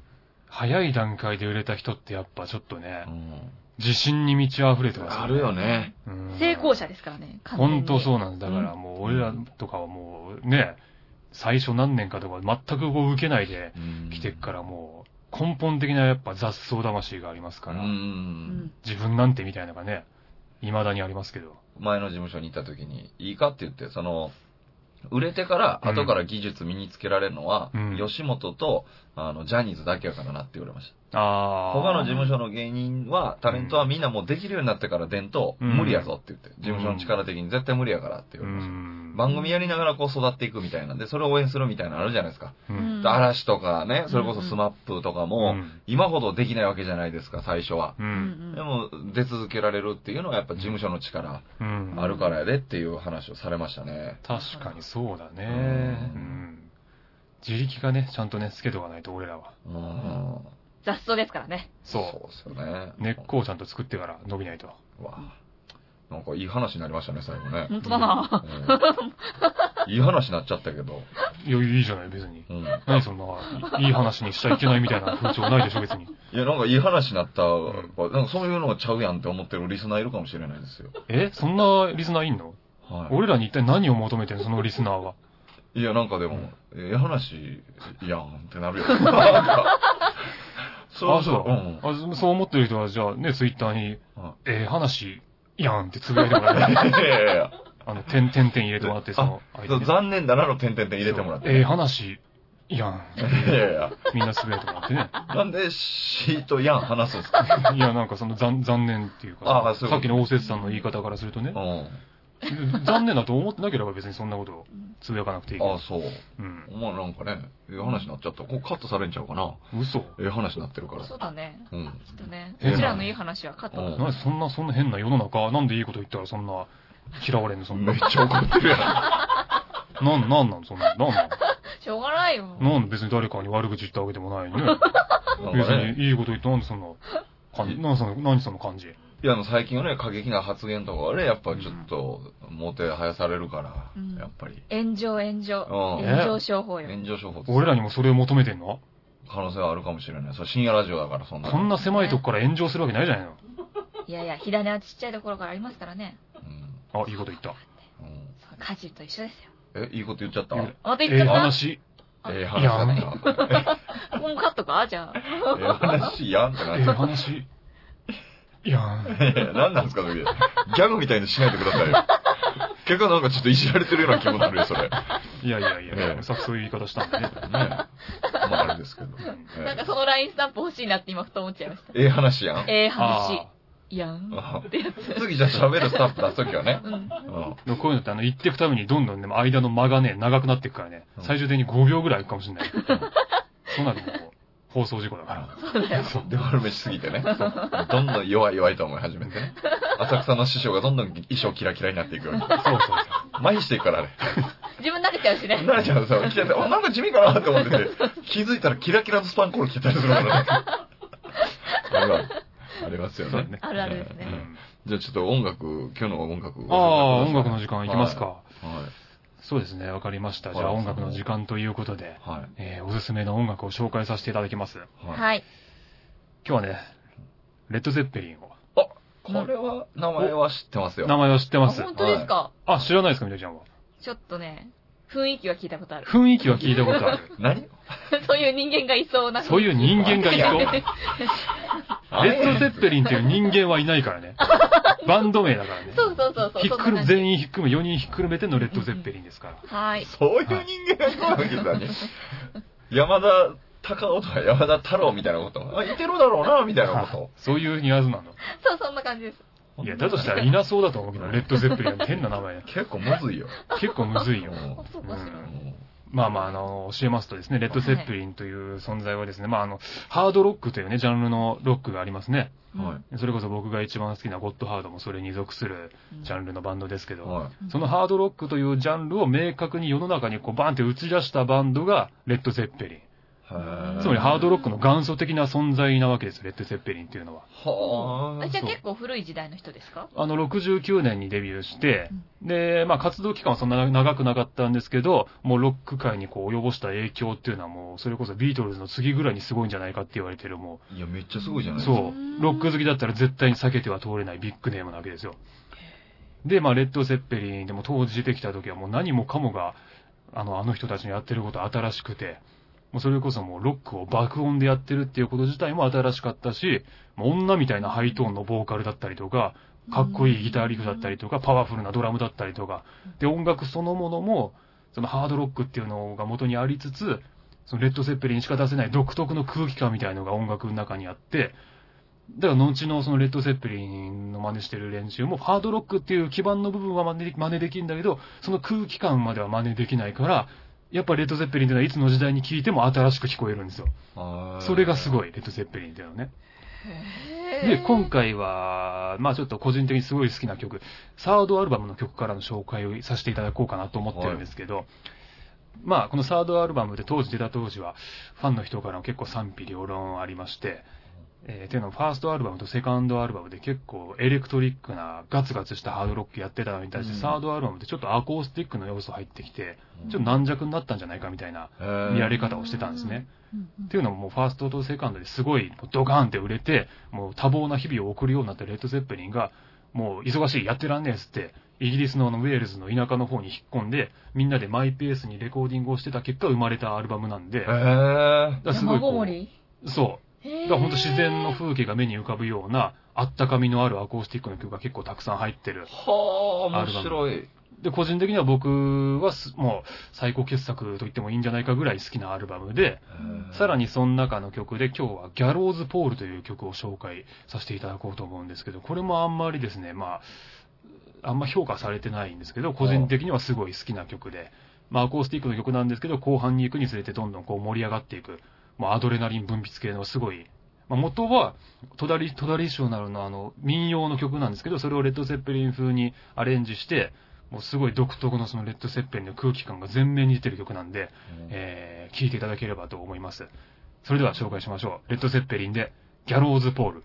[SPEAKER 1] 早い段階で売れた人ってやっぱちょっとね
[SPEAKER 2] う、ん。
[SPEAKER 1] 自信に満ち溢れてます
[SPEAKER 2] あるよね。
[SPEAKER 1] うん
[SPEAKER 3] 成功者ですからね。完全に
[SPEAKER 1] 本当そうなんです。だからもう俺らとかはもうね、最初何年かとか全くこう受けないで来てっからもう根本的なやっぱ雑草魂があります
[SPEAKER 2] う
[SPEAKER 1] から、
[SPEAKER 2] ん。
[SPEAKER 1] 自分なんてみたいなのがね、未だにありますけど。
[SPEAKER 2] 前の事務所に行った時に、いいかって言って、その、売れてから、後から技術身につけられるのは、
[SPEAKER 1] うん
[SPEAKER 2] 吉本と、あの、ジャニーズだけやからなって言われました。
[SPEAKER 1] ああ。
[SPEAKER 2] 他の事務所の芸人は、タレントはみんなもうできるようになってから出んと、
[SPEAKER 1] うん
[SPEAKER 2] 無理やぞって言って、事務所の力的に絶対無理やからって言
[SPEAKER 1] う
[SPEAKER 2] われました。
[SPEAKER 1] ん。
[SPEAKER 2] 番組やりながらこう育っていくみたいなんで、それを応援するみたいなのあるじゃないですか。
[SPEAKER 1] う
[SPEAKER 3] うん
[SPEAKER 1] ん。
[SPEAKER 2] 嵐とかね、それこそ
[SPEAKER 3] うん
[SPEAKER 2] スマップとか
[SPEAKER 1] う
[SPEAKER 2] も、
[SPEAKER 1] ん
[SPEAKER 2] 今ほどできないわけじゃないですか、最初は。
[SPEAKER 1] う。
[SPEAKER 3] うんん
[SPEAKER 2] でも、出続けられるっていうのはやっぱ事務所の力
[SPEAKER 1] うん
[SPEAKER 2] あるからやでっていう話をされましたね。
[SPEAKER 1] 確かにそうだね。う
[SPEAKER 2] うん
[SPEAKER 1] ん。自力がね、ちゃんとね、つけとかないと俺らは。
[SPEAKER 2] うん。
[SPEAKER 3] 雑草ですからね。
[SPEAKER 1] そ
[SPEAKER 2] そうですよね。
[SPEAKER 1] う。根っこをちゃんと作ってから伸びないと。
[SPEAKER 2] わあなんかいい話になりましたね、最後ね。
[SPEAKER 3] 本当だな。
[SPEAKER 2] うんいい話になっちゃったけど。
[SPEAKER 1] いや、いいじゃない、別に。
[SPEAKER 2] うん
[SPEAKER 1] 何そんな、いい話にしちゃいけないみたいな風潮ないでしょ、別に。
[SPEAKER 2] いや、なんかいい話になった、
[SPEAKER 1] ん
[SPEAKER 2] なんかそういうのちゃうやんって思ってるリスナーいるかもしれないですよ。
[SPEAKER 1] えそんなリスナーいんの
[SPEAKER 2] は
[SPEAKER 1] 俺らに一体何を求めてんのそのリスナーは。
[SPEAKER 2] い。いや、なんかでも、ええ話やんってなる よ。なんか
[SPEAKER 1] あ、そうう、
[SPEAKER 2] ん。
[SPEAKER 1] あそそう思ってる人は、じゃあね、ツイッターに
[SPEAKER 2] は、
[SPEAKER 1] ええ話、やんってつぶやいてもらっ
[SPEAKER 2] い
[SPEAKER 1] て、
[SPEAKER 2] やいやいや
[SPEAKER 1] あの、点点点入れてもらって、その、相手
[SPEAKER 2] そう
[SPEAKER 1] に
[SPEAKER 2] 残念だなの点々点入れてもらって。
[SPEAKER 1] そうええ話、やん。
[SPEAKER 2] いやいや。
[SPEAKER 1] みんなつぶやいてもらってね。
[SPEAKER 2] なんで、シーとヤン話すんですか
[SPEAKER 1] いや、なんかその残残念っていう
[SPEAKER 2] あ
[SPEAKER 1] か
[SPEAKER 2] あ、そういうこと
[SPEAKER 1] さっきの応接さんの言い方からするとね
[SPEAKER 2] う、ん。
[SPEAKER 1] 残念だと思ってなければ別にそんなことをつぶやかなくていいけ
[SPEAKER 2] ああ
[SPEAKER 1] ど。、
[SPEAKER 2] そう。
[SPEAKER 1] うん。
[SPEAKER 2] まあなんかね、ええ話になっちゃった。こうカットされんちゃうかな。
[SPEAKER 1] 嘘。
[SPEAKER 2] ええ話になってるから。
[SPEAKER 3] そうだね。
[SPEAKER 2] うん。
[SPEAKER 3] きっとね。
[SPEAKER 1] ええ
[SPEAKER 3] うちらのいい話はカット
[SPEAKER 2] うん
[SPEAKER 3] だ。
[SPEAKER 1] なんでそんな、そんな変な世の中、なんでいいこと言ったらそんな嫌われんのそん
[SPEAKER 2] め
[SPEAKER 1] な
[SPEAKER 2] っ。ちゃ怒って るやん。
[SPEAKER 1] なん、なんなんそんな。なんなん
[SPEAKER 3] しょうがないよ。
[SPEAKER 1] なんで別に誰かに悪口言ったわけでもないね。
[SPEAKER 2] なん
[SPEAKER 1] 別
[SPEAKER 2] かね
[SPEAKER 1] にいいこと言ってなんでそんな感じ、なんでその、何その感じ。
[SPEAKER 2] いや、あの最近はね、過激な発言とかはね、やっぱちょっと、もてはやされるから、
[SPEAKER 3] うん
[SPEAKER 2] やっぱり。
[SPEAKER 3] 炎上、炎上。
[SPEAKER 2] うん
[SPEAKER 3] 炎上商法よ。
[SPEAKER 2] 炎上処方
[SPEAKER 1] 俺らにもそれを求めてんの
[SPEAKER 2] 可能性はあるかもしれない。そう深夜ラジオだから、そんな。
[SPEAKER 1] こんな狭いとこから炎上するわけないじゃないの。
[SPEAKER 3] いやいや、火種はちっちゃいところからありますからね。
[SPEAKER 2] うん
[SPEAKER 1] あ、いいこと言った。
[SPEAKER 2] うん
[SPEAKER 3] そう火事と一緒ですよ。
[SPEAKER 2] え、いいこと言っちゃった
[SPEAKER 1] いや
[SPEAKER 3] また
[SPEAKER 1] え
[SPEAKER 3] 言っち
[SPEAKER 1] え
[SPEAKER 3] ゃっ
[SPEAKER 1] 話、
[SPEAKER 3] あ
[SPEAKER 2] ええ話だった。
[SPEAKER 3] た。もうカットかじゃあ。
[SPEAKER 2] ええ話やんってなっ
[SPEAKER 1] ええ
[SPEAKER 2] ちゃう
[SPEAKER 1] 話。いやー。
[SPEAKER 2] いやいや 何なんですか、それギャグみたいにしないでくださいよ。結果なんかちょっといじられてるような気もするよ、それ。ね
[SPEAKER 1] いやいやいや、
[SPEAKER 2] ええ
[SPEAKER 1] さっきそういう言い方したん でね。
[SPEAKER 2] えまあ、あれですけど。え
[SPEAKER 3] なんかそのラインスタンプ欲しいなって今ふと思っちゃいました。
[SPEAKER 2] ええ話やん。
[SPEAKER 3] ええ
[SPEAKER 1] あ
[SPEAKER 3] 話。やん。
[SPEAKER 2] あ
[SPEAKER 3] ってやつ。
[SPEAKER 2] 次じゃあ喋るスタッフ出すときはね。
[SPEAKER 3] うん。
[SPEAKER 2] うん
[SPEAKER 1] あ。こういうのってあの、言っていくためにどんどんね、間の間がね、長くなっていくからね
[SPEAKER 2] う、ん
[SPEAKER 1] 最終的に5秒ぐらいいくかもしれ ない。そうなるともう、放送事故だか
[SPEAKER 3] そうだよ。
[SPEAKER 2] そうで悪めしすぎてね。どんどん弱い弱いと思い始めてね。浅草の師匠がどんどん衣装キラキラになっていくように。
[SPEAKER 1] ら。そうそう
[SPEAKER 2] 麻痺していくからね。
[SPEAKER 3] 自分慣れちゃうしね。
[SPEAKER 2] 慣れちゃうとさ、着てて、あ、なんか地味かなって思ってて、気づいたらキラキラのスパンコール着てたりするからね。あるあるありますよ
[SPEAKER 1] そうだ
[SPEAKER 2] ね
[SPEAKER 1] ね。
[SPEAKER 3] あるあるですね
[SPEAKER 1] そう。うん
[SPEAKER 2] じゃあちょっと音楽、今日の音楽を
[SPEAKER 1] ああ、音楽の時間いきますか。。
[SPEAKER 2] は
[SPEAKER 1] そうですね、わかりました。
[SPEAKER 2] はい
[SPEAKER 1] じゃあ音楽の時間ということで、
[SPEAKER 2] い。はい。
[SPEAKER 1] えーおすすめの音楽を紹介させていただきます。
[SPEAKER 2] はい。
[SPEAKER 3] はい。
[SPEAKER 1] 今日はね、レッドゼッペリンを。
[SPEAKER 2] これは、名前は知ってますよ。
[SPEAKER 1] 名前は知って
[SPEAKER 3] あ
[SPEAKER 1] ます。
[SPEAKER 3] 本当ですか
[SPEAKER 1] あ、知らないですか、みどりちゃんは。
[SPEAKER 3] ちょっとね、雰囲気は聞いたことある。
[SPEAKER 1] 雰囲気は聞いたことある。
[SPEAKER 2] 何
[SPEAKER 3] そういう人間がい そうな。
[SPEAKER 1] そういう人間がいそう。
[SPEAKER 2] あ
[SPEAKER 1] レッド
[SPEAKER 2] れ
[SPEAKER 1] ゼッペリンっていう人間はいないから ね。バンド名だからね。
[SPEAKER 3] そうそうそうそう。
[SPEAKER 1] ひっく
[SPEAKER 3] そんな
[SPEAKER 1] る、
[SPEAKER 3] 感じ
[SPEAKER 1] 全員ひっくるめ、4人ひっくるめてのレッドゼッペリンですから。
[SPEAKER 3] はい。
[SPEAKER 2] そういう人間が来るわけだね。山田隆夫とか山田太郎みたいなこと。あ、いてるだろうな、みたいなこ
[SPEAKER 1] そういうニュアンスなの。
[SPEAKER 3] そう、そんな感じです。
[SPEAKER 2] と。
[SPEAKER 1] いや、だとしたらいなそうだと思うけど、レッドゼッペリンは変な名前だ。
[SPEAKER 2] 結構むずいよ。
[SPEAKER 1] 結構むずいよ。
[SPEAKER 3] あそうかしら。
[SPEAKER 1] まあまあ、あの、教えますとですね、レッド・
[SPEAKER 3] は
[SPEAKER 1] セ
[SPEAKER 3] い
[SPEAKER 1] ッペリンという存在はですね、まああの、ハードロックというね、ジャンルのロックがありますね。
[SPEAKER 2] は
[SPEAKER 1] それこそ僕が一番好きなゴッドハードもそれに属する
[SPEAKER 3] うん
[SPEAKER 1] ジャンルのバンドですけど、
[SPEAKER 2] はい。
[SPEAKER 1] そのハードロックというジャンルを明確に世の中にこうバンって打ち出したバンドが、レッド・セッペリン。
[SPEAKER 2] は
[SPEAKER 1] つまりハードロックの元祖的な存在なわけです、レッド・セッペリンっていうのは。
[SPEAKER 2] は
[SPEAKER 3] あじゃあ
[SPEAKER 1] そう
[SPEAKER 3] 結構古い時代の人ですか
[SPEAKER 1] あの、69年にデビューして、で、まあ活動期間はそんな長くなかったんですけど、もうロック界にこう及ぼした影響っていうのはもう、それこそビートルズの次ぐらいにすごいんじゃないかって言われてるも
[SPEAKER 2] あ。いや、めっちゃすごいじゃな
[SPEAKER 1] う、
[SPEAKER 2] い。
[SPEAKER 1] そうう、ロック好きだったら絶対に避けては通れないビッグネームなわけですよ。で、まあレッド・ゼッペリンでも当時出てきた時はもう何もかもが、あの、あの人たちのやってること新しくて、もうそれこそもうロックを爆音でやってるっていうこと自体も新しかったし、もう女みたいなハイトーンのボーカルだったりとか、かっこいいギターリフだったりとか、パワフルなドラムだったりとか、で、音楽そのものも、そのハードロックっていうのが元にありつつ、そのレッド・セッペリンしか出せない独特の空気感みたいのが音楽の中にあって、だから後のそのレッド・セッペリンの真似してる練習も、ハードロックっていう基盤の部分は真似で真似できるんだけど、その空気感までは真似できないから、やっぱレッド・ゼッペリンっていうのはいつの時代に聴いても新しく聞こえるんですよ。それがす
[SPEAKER 2] い。
[SPEAKER 1] ごい、レッド・ゼッペリンっていうのはね。
[SPEAKER 3] へ
[SPEAKER 1] で、
[SPEAKER 3] ー
[SPEAKER 1] 今。回は、まあちょっと個人的にすごい好きな曲、サードアルバムの曲からの紹介をさせていただこうかなと思ってるんですけど、まあこのサードアルバムで当時出た当時は、ファンの人からも結構賛否両論ありまして、えー、ていうのもファーストアルバムとセカンドアルバムで結構エレクトリックなガツガツしたハードロックやってたのに対して、
[SPEAKER 2] うん
[SPEAKER 1] サードアルバムでちょっとアコースティックの要素入ってきて、ちょっと
[SPEAKER 2] な、
[SPEAKER 1] 軟弱になったんじゃないかみたいな見られ方をしてたんですね。
[SPEAKER 3] うんうん
[SPEAKER 1] っていうのももうファーストとセカンドですごいドカーンって売れて、もう多忙な日々を送るようになったレッド・ゼッペリンが、もう忙しい、やってらんねえっつって、イギリスのあのウェールズの田舎の方に引っ込んで、みんなでマイペースにレコーディングをしてた結果生まれたアルバムなんで、
[SPEAKER 2] へ
[SPEAKER 1] だか
[SPEAKER 2] ぇ
[SPEAKER 1] らすごい
[SPEAKER 3] 山ご
[SPEAKER 1] こ
[SPEAKER 3] も
[SPEAKER 1] う、
[SPEAKER 3] り
[SPEAKER 1] そう。だ
[SPEAKER 3] へー
[SPEAKER 1] から本当自然の風景が目に浮かぶような、あったかみのあるアコースティックの曲が結構たくさん入ってる。
[SPEAKER 2] はあ、面白い。
[SPEAKER 1] で、個人的には僕はすもう最高傑作と言ってもいいんじゃないかぐらい好きなアルバムで、さら
[SPEAKER 2] に、
[SPEAKER 1] にその中の曲で今日はギャローズ・ポールという曲を紹介させていただこうと思うんですけど、これもあんまりですね、まあ、あんま評価されてないんですけど、個人的にはすごい好きな曲で、まあアコースティックの曲なんですけど、後半に行くにつれてどんどんこう盛り上がっていく、まあアドレナリン分泌系のすごい、まあ元は、トダリ、トダリショナルのあの民謡の曲なんですけど、それをレッド・セッペリン風にアレンジして、もうすごい独特のそのレッド・セッペリンの空気感が全面に出てる曲なんで、えー聞いていただければと思います。それでは紹介しましょう。レッド・セッペリンで、ギャローズ・ポール。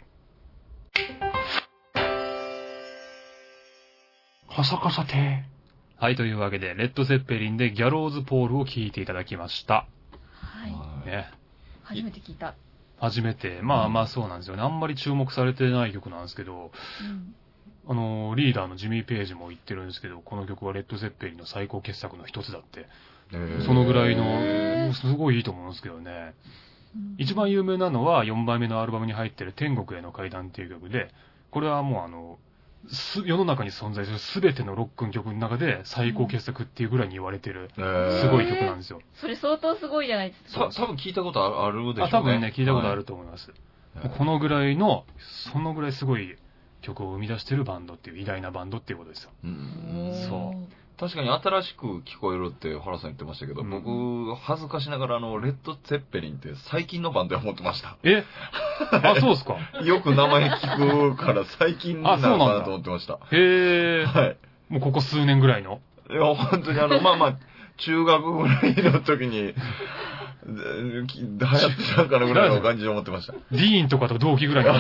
[SPEAKER 4] カサカサて。
[SPEAKER 1] はい、というわけで、レッド・セッペリンで、ギャローズ・ポールを聞いていただきました。
[SPEAKER 3] はい。
[SPEAKER 2] ね
[SPEAKER 1] ね。
[SPEAKER 3] 初めて聞いた。
[SPEAKER 1] 初めて、まあまあそうなんですよね。あんまり注目されてない曲なんですけど、
[SPEAKER 3] うん
[SPEAKER 1] あのー、リーダーのジミー・ページも言ってるんですけど、この曲はレッド・セッペリンの最高傑作の一つだって、そのぐらいの、もうすごいいいと思うんですけどね。
[SPEAKER 3] うん
[SPEAKER 1] 一番有名なのは4枚目のアルバムに入ってる天国への階段っていう曲で、これはもうあの、す世の中に存在する全てのロックの曲の中で最高傑作っていうぐらいに言われてる、
[SPEAKER 2] の
[SPEAKER 1] すごい曲なんですよ。
[SPEAKER 3] それ相当すごいじゃないですか。
[SPEAKER 2] た多分聞いたことあるでしょうね。
[SPEAKER 1] あ、多分ね、聞いたことあると思います。
[SPEAKER 2] はい。
[SPEAKER 1] このぐらいの、そのぐらいすごい曲を生み出してるバンドっていう、偉大なバンドっていうことですよ。
[SPEAKER 2] うん
[SPEAKER 1] そ
[SPEAKER 2] 確かに新しく聞こえるって原さん言ってましたけど、
[SPEAKER 1] うん
[SPEAKER 2] 僕、恥ずかしながらあの、レッド・ゼッペリンって最近のバンドや思ってました。
[SPEAKER 1] えあ、そうですか
[SPEAKER 2] よく名前聞くから最近な
[SPEAKER 1] あ
[SPEAKER 2] の
[SPEAKER 1] そうな
[SPEAKER 2] か
[SPEAKER 1] んだ
[SPEAKER 2] なと思ってました。
[SPEAKER 1] へえ、
[SPEAKER 2] はい。
[SPEAKER 1] もうここ数年ぐらいの。
[SPEAKER 2] いや、本当にあの、まあまあ、中学ぐらいの時に、でき流行ってたんかなぐらいの感じで思ってました。
[SPEAKER 1] ディーンとかと同期ぐらいの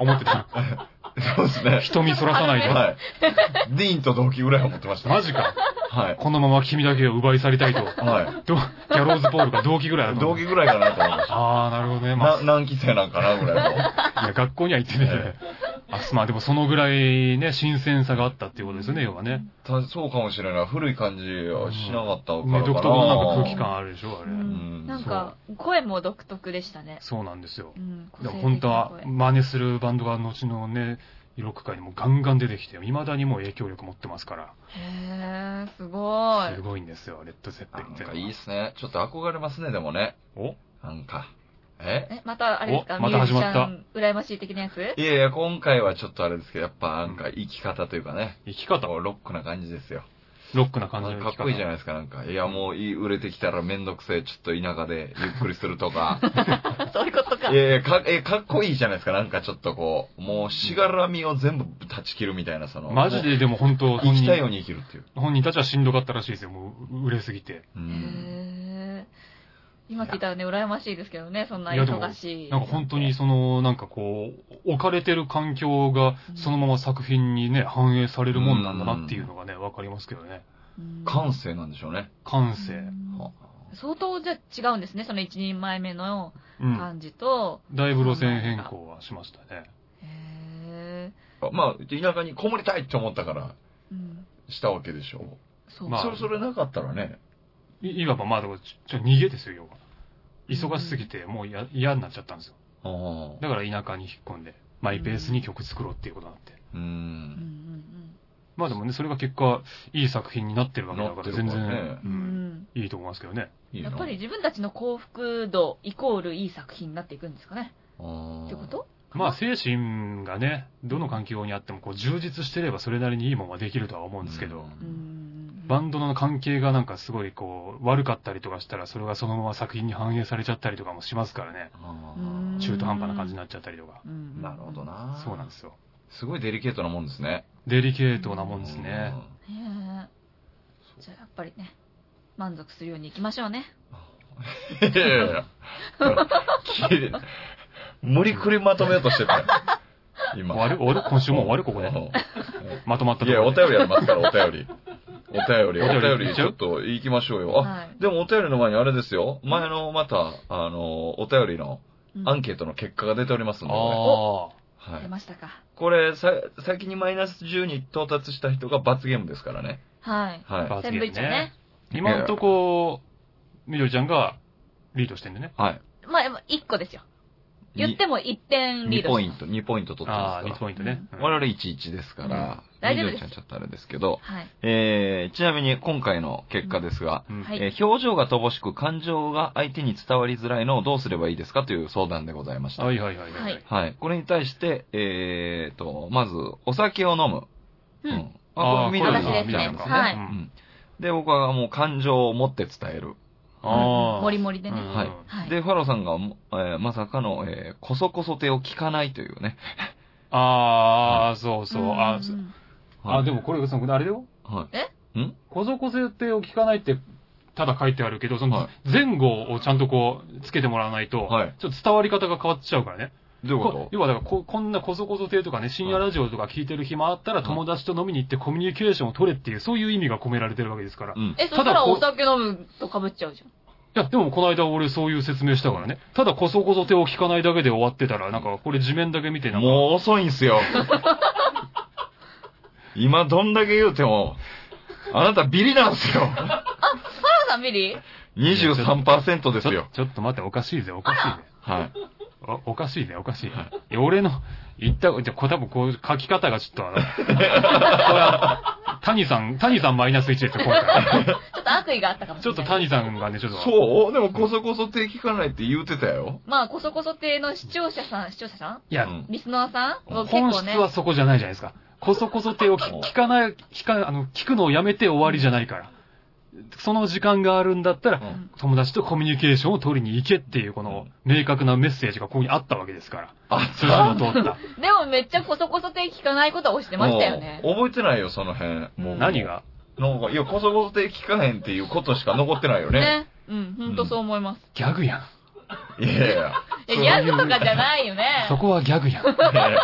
[SPEAKER 1] 思ってた。
[SPEAKER 2] そうですね。
[SPEAKER 1] 瞳そらさないと。
[SPEAKER 2] はい。ディーンと同期ぐらいは思ってました。
[SPEAKER 1] マジか。
[SPEAKER 2] はい。
[SPEAKER 1] このまま君だけを奪い去りたいと。
[SPEAKER 2] は
[SPEAKER 1] どギャローズポールが同期ぐらいだ
[SPEAKER 2] い。
[SPEAKER 1] と思
[SPEAKER 2] 同
[SPEAKER 1] う。
[SPEAKER 2] 期ぐらいかなと思いました。
[SPEAKER 1] ああ、なるほどね。ま
[SPEAKER 2] な何期生なんかなぐらいの。
[SPEAKER 1] あ、いや、学校には行ってね。あ、まあでもそのぐらいね、新鮮さがあったっていうことですよね、要はね。
[SPEAKER 2] たそうかもしれない。古い感じはしなかったからかな。
[SPEAKER 1] ね、独特のなんか空気感あるでしょ、あ
[SPEAKER 3] う
[SPEAKER 1] れ。
[SPEAKER 3] んなんか、声も独特でしたね。
[SPEAKER 1] そうなんですよ
[SPEAKER 3] う。ん、
[SPEAKER 1] でも本当は真似するバンドが後のね、色区界にもガンガン出てきて、未だにもう影響力持ってますから。
[SPEAKER 3] へえ、すごい
[SPEAKER 1] す。ごいんですよ、レッド・セッペ
[SPEAKER 2] な
[SPEAKER 1] リン
[SPEAKER 2] ん
[SPEAKER 1] っての
[SPEAKER 2] か
[SPEAKER 1] はい
[SPEAKER 2] いっすね。ちょっと憧れますね、でもね。
[SPEAKER 1] お
[SPEAKER 2] なんか。え
[SPEAKER 3] え、またあれですか
[SPEAKER 1] おまた始まった
[SPEAKER 3] ミュージシャン羨ましい的なやつ
[SPEAKER 2] いやいや、今回はちょっとあれですけど、やっぱなんか生き方というかね。
[SPEAKER 1] 生き方
[SPEAKER 2] ロックな感じですよ。
[SPEAKER 1] ロックな
[SPEAKER 2] か
[SPEAKER 1] 感じの生
[SPEAKER 2] っ
[SPEAKER 1] き方。
[SPEAKER 2] こいいじゃないですか、なんか。いや、もういい売れてきたらめんどくせえ、ちょっと田舎でゆっくりする とか。
[SPEAKER 3] そういうことか
[SPEAKER 2] い。やいやか、え、かっこいいじゃないですか、なんかちょっとこう、もうしがらみを全部断ち切るみたいな、その。
[SPEAKER 1] マジででも本当、
[SPEAKER 2] もう生
[SPEAKER 1] 本
[SPEAKER 2] きたいよう
[SPEAKER 1] 人、
[SPEAKER 2] に生きるっていう。
[SPEAKER 1] 本人たちはしんどかったらしいですよ、もう売れすぎて。
[SPEAKER 2] う
[SPEAKER 3] へ
[SPEAKER 2] ん。
[SPEAKER 3] え。今聞いたらね、羨ましいですけどね、そんない
[SPEAKER 1] やでも
[SPEAKER 3] 忙しい。
[SPEAKER 1] なんか本当にその、なんかこう、置かれてる環境がそのまま作品にね、反映されるもんなんだなっていうのがね、わかりますけどね。
[SPEAKER 3] うん
[SPEAKER 2] 感性なんでしょうね。
[SPEAKER 1] 感
[SPEAKER 3] う
[SPEAKER 1] 性。
[SPEAKER 3] ん
[SPEAKER 2] は
[SPEAKER 3] 相当じゃあ違うんですね、その一人前目の
[SPEAKER 1] うん。
[SPEAKER 3] 感じと。
[SPEAKER 1] だいぶ路線変更はしましたね。
[SPEAKER 3] へえ。
[SPEAKER 2] まあ、田舎にこもりたいって思ったから、
[SPEAKER 3] うん。
[SPEAKER 2] したわけでしょ。
[SPEAKER 3] そうう。
[SPEAKER 1] まあ
[SPEAKER 2] それ、それなかったらね。
[SPEAKER 1] いいわばまあでも、ちょ、ちょ逃げですよ、要は。忙しすぎて、もうや嫌になっちゃったんですよ。
[SPEAKER 2] ああ。
[SPEAKER 1] だから田舎に引っ込んで、マイペースに曲作ろうっていうことになって。
[SPEAKER 2] う。
[SPEAKER 3] うんうんん
[SPEAKER 1] まあでもね、それが結果、いい作品になってるわけだから、全然、
[SPEAKER 2] なってるからね
[SPEAKER 1] う
[SPEAKER 3] うんん
[SPEAKER 1] いいと思いますけどね。
[SPEAKER 2] いい
[SPEAKER 3] や
[SPEAKER 2] な
[SPEAKER 3] っぱり、自分たちの幸福度イコールいい作品になっていくんですかね。
[SPEAKER 2] っ
[SPEAKER 3] ってこと
[SPEAKER 1] まあ精神がね、どの環境にあってもこう充実してればそれなりにいいもんはできるとは思うんですけど、
[SPEAKER 3] うんうん
[SPEAKER 1] バンドの関係がなんかすごいこう悪かったりとかしたらそれがそのまま作品に反映されちゃったりとかもしますからね。
[SPEAKER 2] あ
[SPEAKER 3] うん
[SPEAKER 2] ー
[SPEAKER 1] 中途半端な感じになっちゃったりとか。
[SPEAKER 3] うんうんうん
[SPEAKER 2] なるほど。な
[SPEAKER 1] そうなんですよ。
[SPEAKER 2] すごいデリケートなもんですね。
[SPEAKER 1] デリケートなもんですね。
[SPEAKER 3] へえじゃあやっぱりね、満足するようにいきましょうね。
[SPEAKER 2] うん。いやいやいや。 きれい無理くりまとめようとしてたよ。今。
[SPEAKER 1] 終わる終わる今週も終わるここで。
[SPEAKER 2] う
[SPEAKER 1] まとまった
[SPEAKER 2] ん
[SPEAKER 1] と
[SPEAKER 2] いや、お
[SPEAKER 1] こで。
[SPEAKER 2] 便りありますから、お便り。お便り、
[SPEAKER 1] お
[SPEAKER 2] お
[SPEAKER 1] 便り
[SPEAKER 2] 便り、ちょっと行きましょうよ。あ、
[SPEAKER 3] はい
[SPEAKER 2] でもお便りの前にあれですよ。前のまた、あの、お便りの
[SPEAKER 3] うん
[SPEAKER 2] アンケートの結果が出ておりますので、こ
[SPEAKER 1] あ
[SPEAKER 2] れは
[SPEAKER 3] 出
[SPEAKER 2] い。
[SPEAKER 3] ましたか。
[SPEAKER 2] これ、さ、先にマイナス10に到達した人が罰ゲームですからね。
[SPEAKER 3] はい。
[SPEAKER 1] あ。
[SPEAKER 2] は
[SPEAKER 1] 罰
[SPEAKER 3] センブ
[SPEAKER 1] ゲー
[SPEAKER 3] リ
[SPEAKER 1] ム
[SPEAKER 3] ちゃんね。。
[SPEAKER 1] 今んとこ、みどりちゃんがリードしてんでね。
[SPEAKER 2] い。はい。
[SPEAKER 3] まあ、でも1個ですよ。
[SPEAKER 2] に
[SPEAKER 3] 言っても1点リー
[SPEAKER 2] 2
[SPEAKER 3] ド。
[SPEAKER 2] ポイント、2ポイント取っ
[SPEAKER 1] あ
[SPEAKER 2] てま
[SPEAKER 1] あ
[SPEAKER 2] す
[SPEAKER 1] ー、
[SPEAKER 2] か
[SPEAKER 1] 2
[SPEAKER 2] ら。
[SPEAKER 1] ポイントね。うん
[SPEAKER 2] 我々11ですから、
[SPEAKER 3] 大丈夫です
[SPEAKER 2] 緑ちゃんちょっとあれですけど、
[SPEAKER 3] はい。
[SPEAKER 2] えー、ちなみに今回の結果ですが、
[SPEAKER 1] うん
[SPEAKER 3] はい
[SPEAKER 2] えー表情が乏しく感情が相手に伝わりづらいのをどうすればいいですかという相談でございました。
[SPEAKER 1] は
[SPEAKER 2] はい。
[SPEAKER 1] いはいはいはい。
[SPEAKER 3] はい
[SPEAKER 2] これに対して、えーと、まず、お酒を飲む。
[SPEAKER 3] うん。
[SPEAKER 2] あ、これ
[SPEAKER 3] これ
[SPEAKER 2] 緑
[SPEAKER 3] 私
[SPEAKER 2] の
[SPEAKER 3] ですね
[SPEAKER 2] 緑の
[SPEAKER 3] は
[SPEAKER 2] か
[SPEAKER 3] い
[SPEAKER 2] ね。うん。で、僕はもう感情を持って伝える。
[SPEAKER 1] ああ。
[SPEAKER 3] もりもりでね。
[SPEAKER 1] うん
[SPEAKER 2] はい
[SPEAKER 3] はい。
[SPEAKER 2] で、ファローさんがも、えーまさかの、えー、こそこそ手を聞かないというね。
[SPEAKER 1] ああ、そうそう。あ、
[SPEAKER 3] ん
[SPEAKER 1] そ
[SPEAKER 3] ん
[SPEAKER 1] あ、でもこれ、そのあれだよ。
[SPEAKER 2] はい。
[SPEAKER 1] こぞこ設定を聞かないって、ただ書いてあるけど、その
[SPEAKER 2] は
[SPEAKER 1] 前後をちゃんとこう、つけてもらわないと、
[SPEAKER 2] はい
[SPEAKER 1] ちょっと伝わり方が変わっちゃうからね。
[SPEAKER 2] どういう
[SPEAKER 1] こ
[SPEAKER 2] こと
[SPEAKER 1] 要はだからこ、こんなこぞこぞ亭とかね、深夜ラジオとか聞いてる暇あったら
[SPEAKER 2] はい
[SPEAKER 1] 友達と飲みに行ってコミュニケーションを取れっていう、そういう意味が込められてるわけですから。い
[SPEAKER 2] うん。
[SPEAKER 3] え、そしたらお酒飲むと被っちゃうじゃん。
[SPEAKER 1] や、でもこの間俺そういう説明したからね。ただこそこぞ亭を聞かないだけで終わってたら、なんかこれ地面だけ見てなんか、
[SPEAKER 2] もう遅いんすよ。今どんだけ言うても、あなたビリなんすよ。
[SPEAKER 3] ファローさんビリー
[SPEAKER 2] 23%ですよ。
[SPEAKER 1] ちょちょっと待って、おかしいぜ、おかしいぜ。
[SPEAKER 2] はい。
[SPEAKER 1] おおかしいね、おかしい。いや俺の、言った、じゃ、これ多分こう、書き方がちょっ とあの、これは谷さん、谷さんマイナス1ですよ、今回。
[SPEAKER 3] ちょっと悪意があったかもし
[SPEAKER 1] ちょ
[SPEAKER 3] れ
[SPEAKER 1] っ
[SPEAKER 3] な
[SPEAKER 1] と
[SPEAKER 3] い。
[SPEAKER 1] 谷さんがね、ちょっと、
[SPEAKER 2] そうでもこそこそ手聞かないって言うてたよ。
[SPEAKER 3] まあ、こそこそ亭の視聴者さん、視聴者さん
[SPEAKER 1] いや、
[SPEAKER 2] うん
[SPEAKER 3] リスナーさんもう結
[SPEAKER 1] 本
[SPEAKER 3] 構
[SPEAKER 1] 質
[SPEAKER 3] ね。
[SPEAKER 1] はそこじゃないじゃないですか。こそこそ手を聞聞かない、聞か、あの、聞くのをやめて終わりじゃないから。その時間があるんだったら、
[SPEAKER 2] うん
[SPEAKER 1] 友達とコミュニケーションを取りに行けっていう、この、明確なメッセージがここにあったわけですから。
[SPEAKER 2] あ
[SPEAKER 1] 筋の通った。
[SPEAKER 3] でもめっちゃこそこそ手聞かないことは押してましたよね。
[SPEAKER 2] もう覚えてないよ、その辺。もう。
[SPEAKER 1] 何が
[SPEAKER 2] なんか、いや、こそこそ手聞かへんっていうことしか残ってないよね。
[SPEAKER 3] ね。うん、ほんとそう思います。
[SPEAKER 1] ギャグやん。
[SPEAKER 2] いやいや。
[SPEAKER 3] いや、ギャグとかじゃないよね。
[SPEAKER 1] そこはギャグやん。そ
[SPEAKER 2] いやいや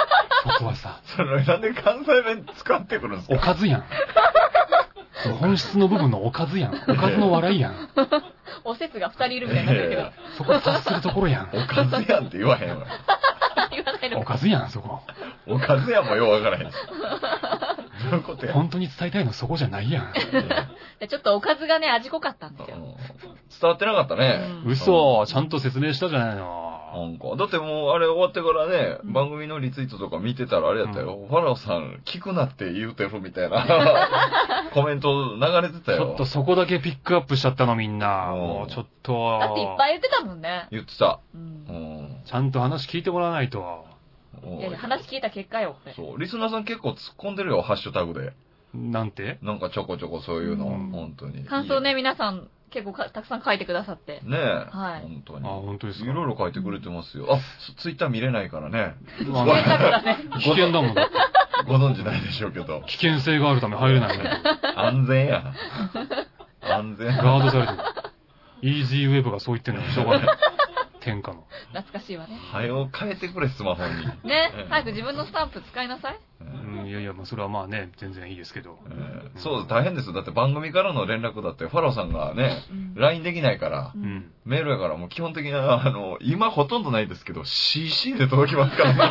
[SPEAKER 1] こはさ、
[SPEAKER 2] それなんで関西弁使ってくるんです
[SPEAKER 1] お
[SPEAKER 2] か
[SPEAKER 1] かずやん。そう本質の部分のおかずやん。おかずの笑いやん。
[SPEAKER 3] お説が二人いるみたいになってるけど。
[SPEAKER 1] そこ達するところやん。
[SPEAKER 2] おかずやんって言わへんわ。
[SPEAKER 3] 言わな
[SPEAKER 1] お
[SPEAKER 3] いのか。
[SPEAKER 1] かずやん、そこ。
[SPEAKER 2] おかずやんもようわからへ んし。どういうことや。
[SPEAKER 1] 本当に伝えたいのそこじゃないやん。
[SPEAKER 3] ちょっとおかずがね、味濃かったんです
[SPEAKER 2] う
[SPEAKER 3] よ。
[SPEAKER 2] ん伝わってなかったね。
[SPEAKER 3] うん
[SPEAKER 1] 嘘、ちゃんと説明したじゃないの。
[SPEAKER 2] なんか、だってもうあれ終わってからね、
[SPEAKER 3] うん
[SPEAKER 2] 番組のリツイートとか見てたらあれやったよ、ファラオさん聞くなって言うてるみたい なコメント流れてた
[SPEAKER 1] ちょ
[SPEAKER 2] よ
[SPEAKER 1] っと。そこだけピックアップしちゃったのみんな。
[SPEAKER 2] うん
[SPEAKER 1] もうちょっ
[SPEAKER 3] だっていっ
[SPEAKER 1] と、
[SPEAKER 3] ぱい言ってたもんね。
[SPEAKER 2] 言ってた。
[SPEAKER 3] う。
[SPEAKER 2] うんん。
[SPEAKER 1] ちゃんと話聞いてもらわないと。
[SPEAKER 2] うん
[SPEAKER 3] いやいや、話聞いた結果よ、これ。
[SPEAKER 2] そう。リスナーさん結構突っ込んでるよ、ハッシュタグで。
[SPEAKER 1] なんて
[SPEAKER 2] なんかちょこちょこそういうの、
[SPEAKER 1] うん
[SPEAKER 2] 本当に。
[SPEAKER 3] 感想ね、皆さん結構かたくさん書いてくださって。
[SPEAKER 2] ねえ。
[SPEAKER 3] はい
[SPEAKER 2] 本当
[SPEAKER 1] あ、
[SPEAKER 2] に。
[SPEAKER 1] 本当です
[SPEAKER 2] い
[SPEAKER 1] か。
[SPEAKER 2] ろいろ書いてくれてますよ。あ、ツツイッター見れないからね。
[SPEAKER 1] あ
[SPEAKER 3] 贅沢だね。
[SPEAKER 1] 危険だもんだって。
[SPEAKER 2] ご存知ないでしょうけど。
[SPEAKER 1] 危険性があるため入れないんだよ
[SPEAKER 2] 安全や。安全。
[SPEAKER 1] ガードされてる。イージーウェブがそう言ってんのにしょうがない。天下の。
[SPEAKER 3] 懐かしいわね。
[SPEAKER 2] はよ変えてくれ、スマホに。
[SPEAKER 3] ね
[SPEAKER 2] ええ、
[SPEAKER 3] 早く自分のスタンプ使いなさい。
[SPEAKER 1] うん、いやいや、まあそれはまあね、全然いいですけど。
[SPEAKER 2] えーそう、大変ですよ。だって番組からの連絡だって、ファローさんがね、
[SPEAKER 3] うん。
[SPEAKER 2] LINE できないから
[SPEAKER 3] う、
[SPEAKER 1] うんん。
[SPEAKER 2] メールやからもう基本的な、あの、今ほとんどないですけど、CC で届きます からね。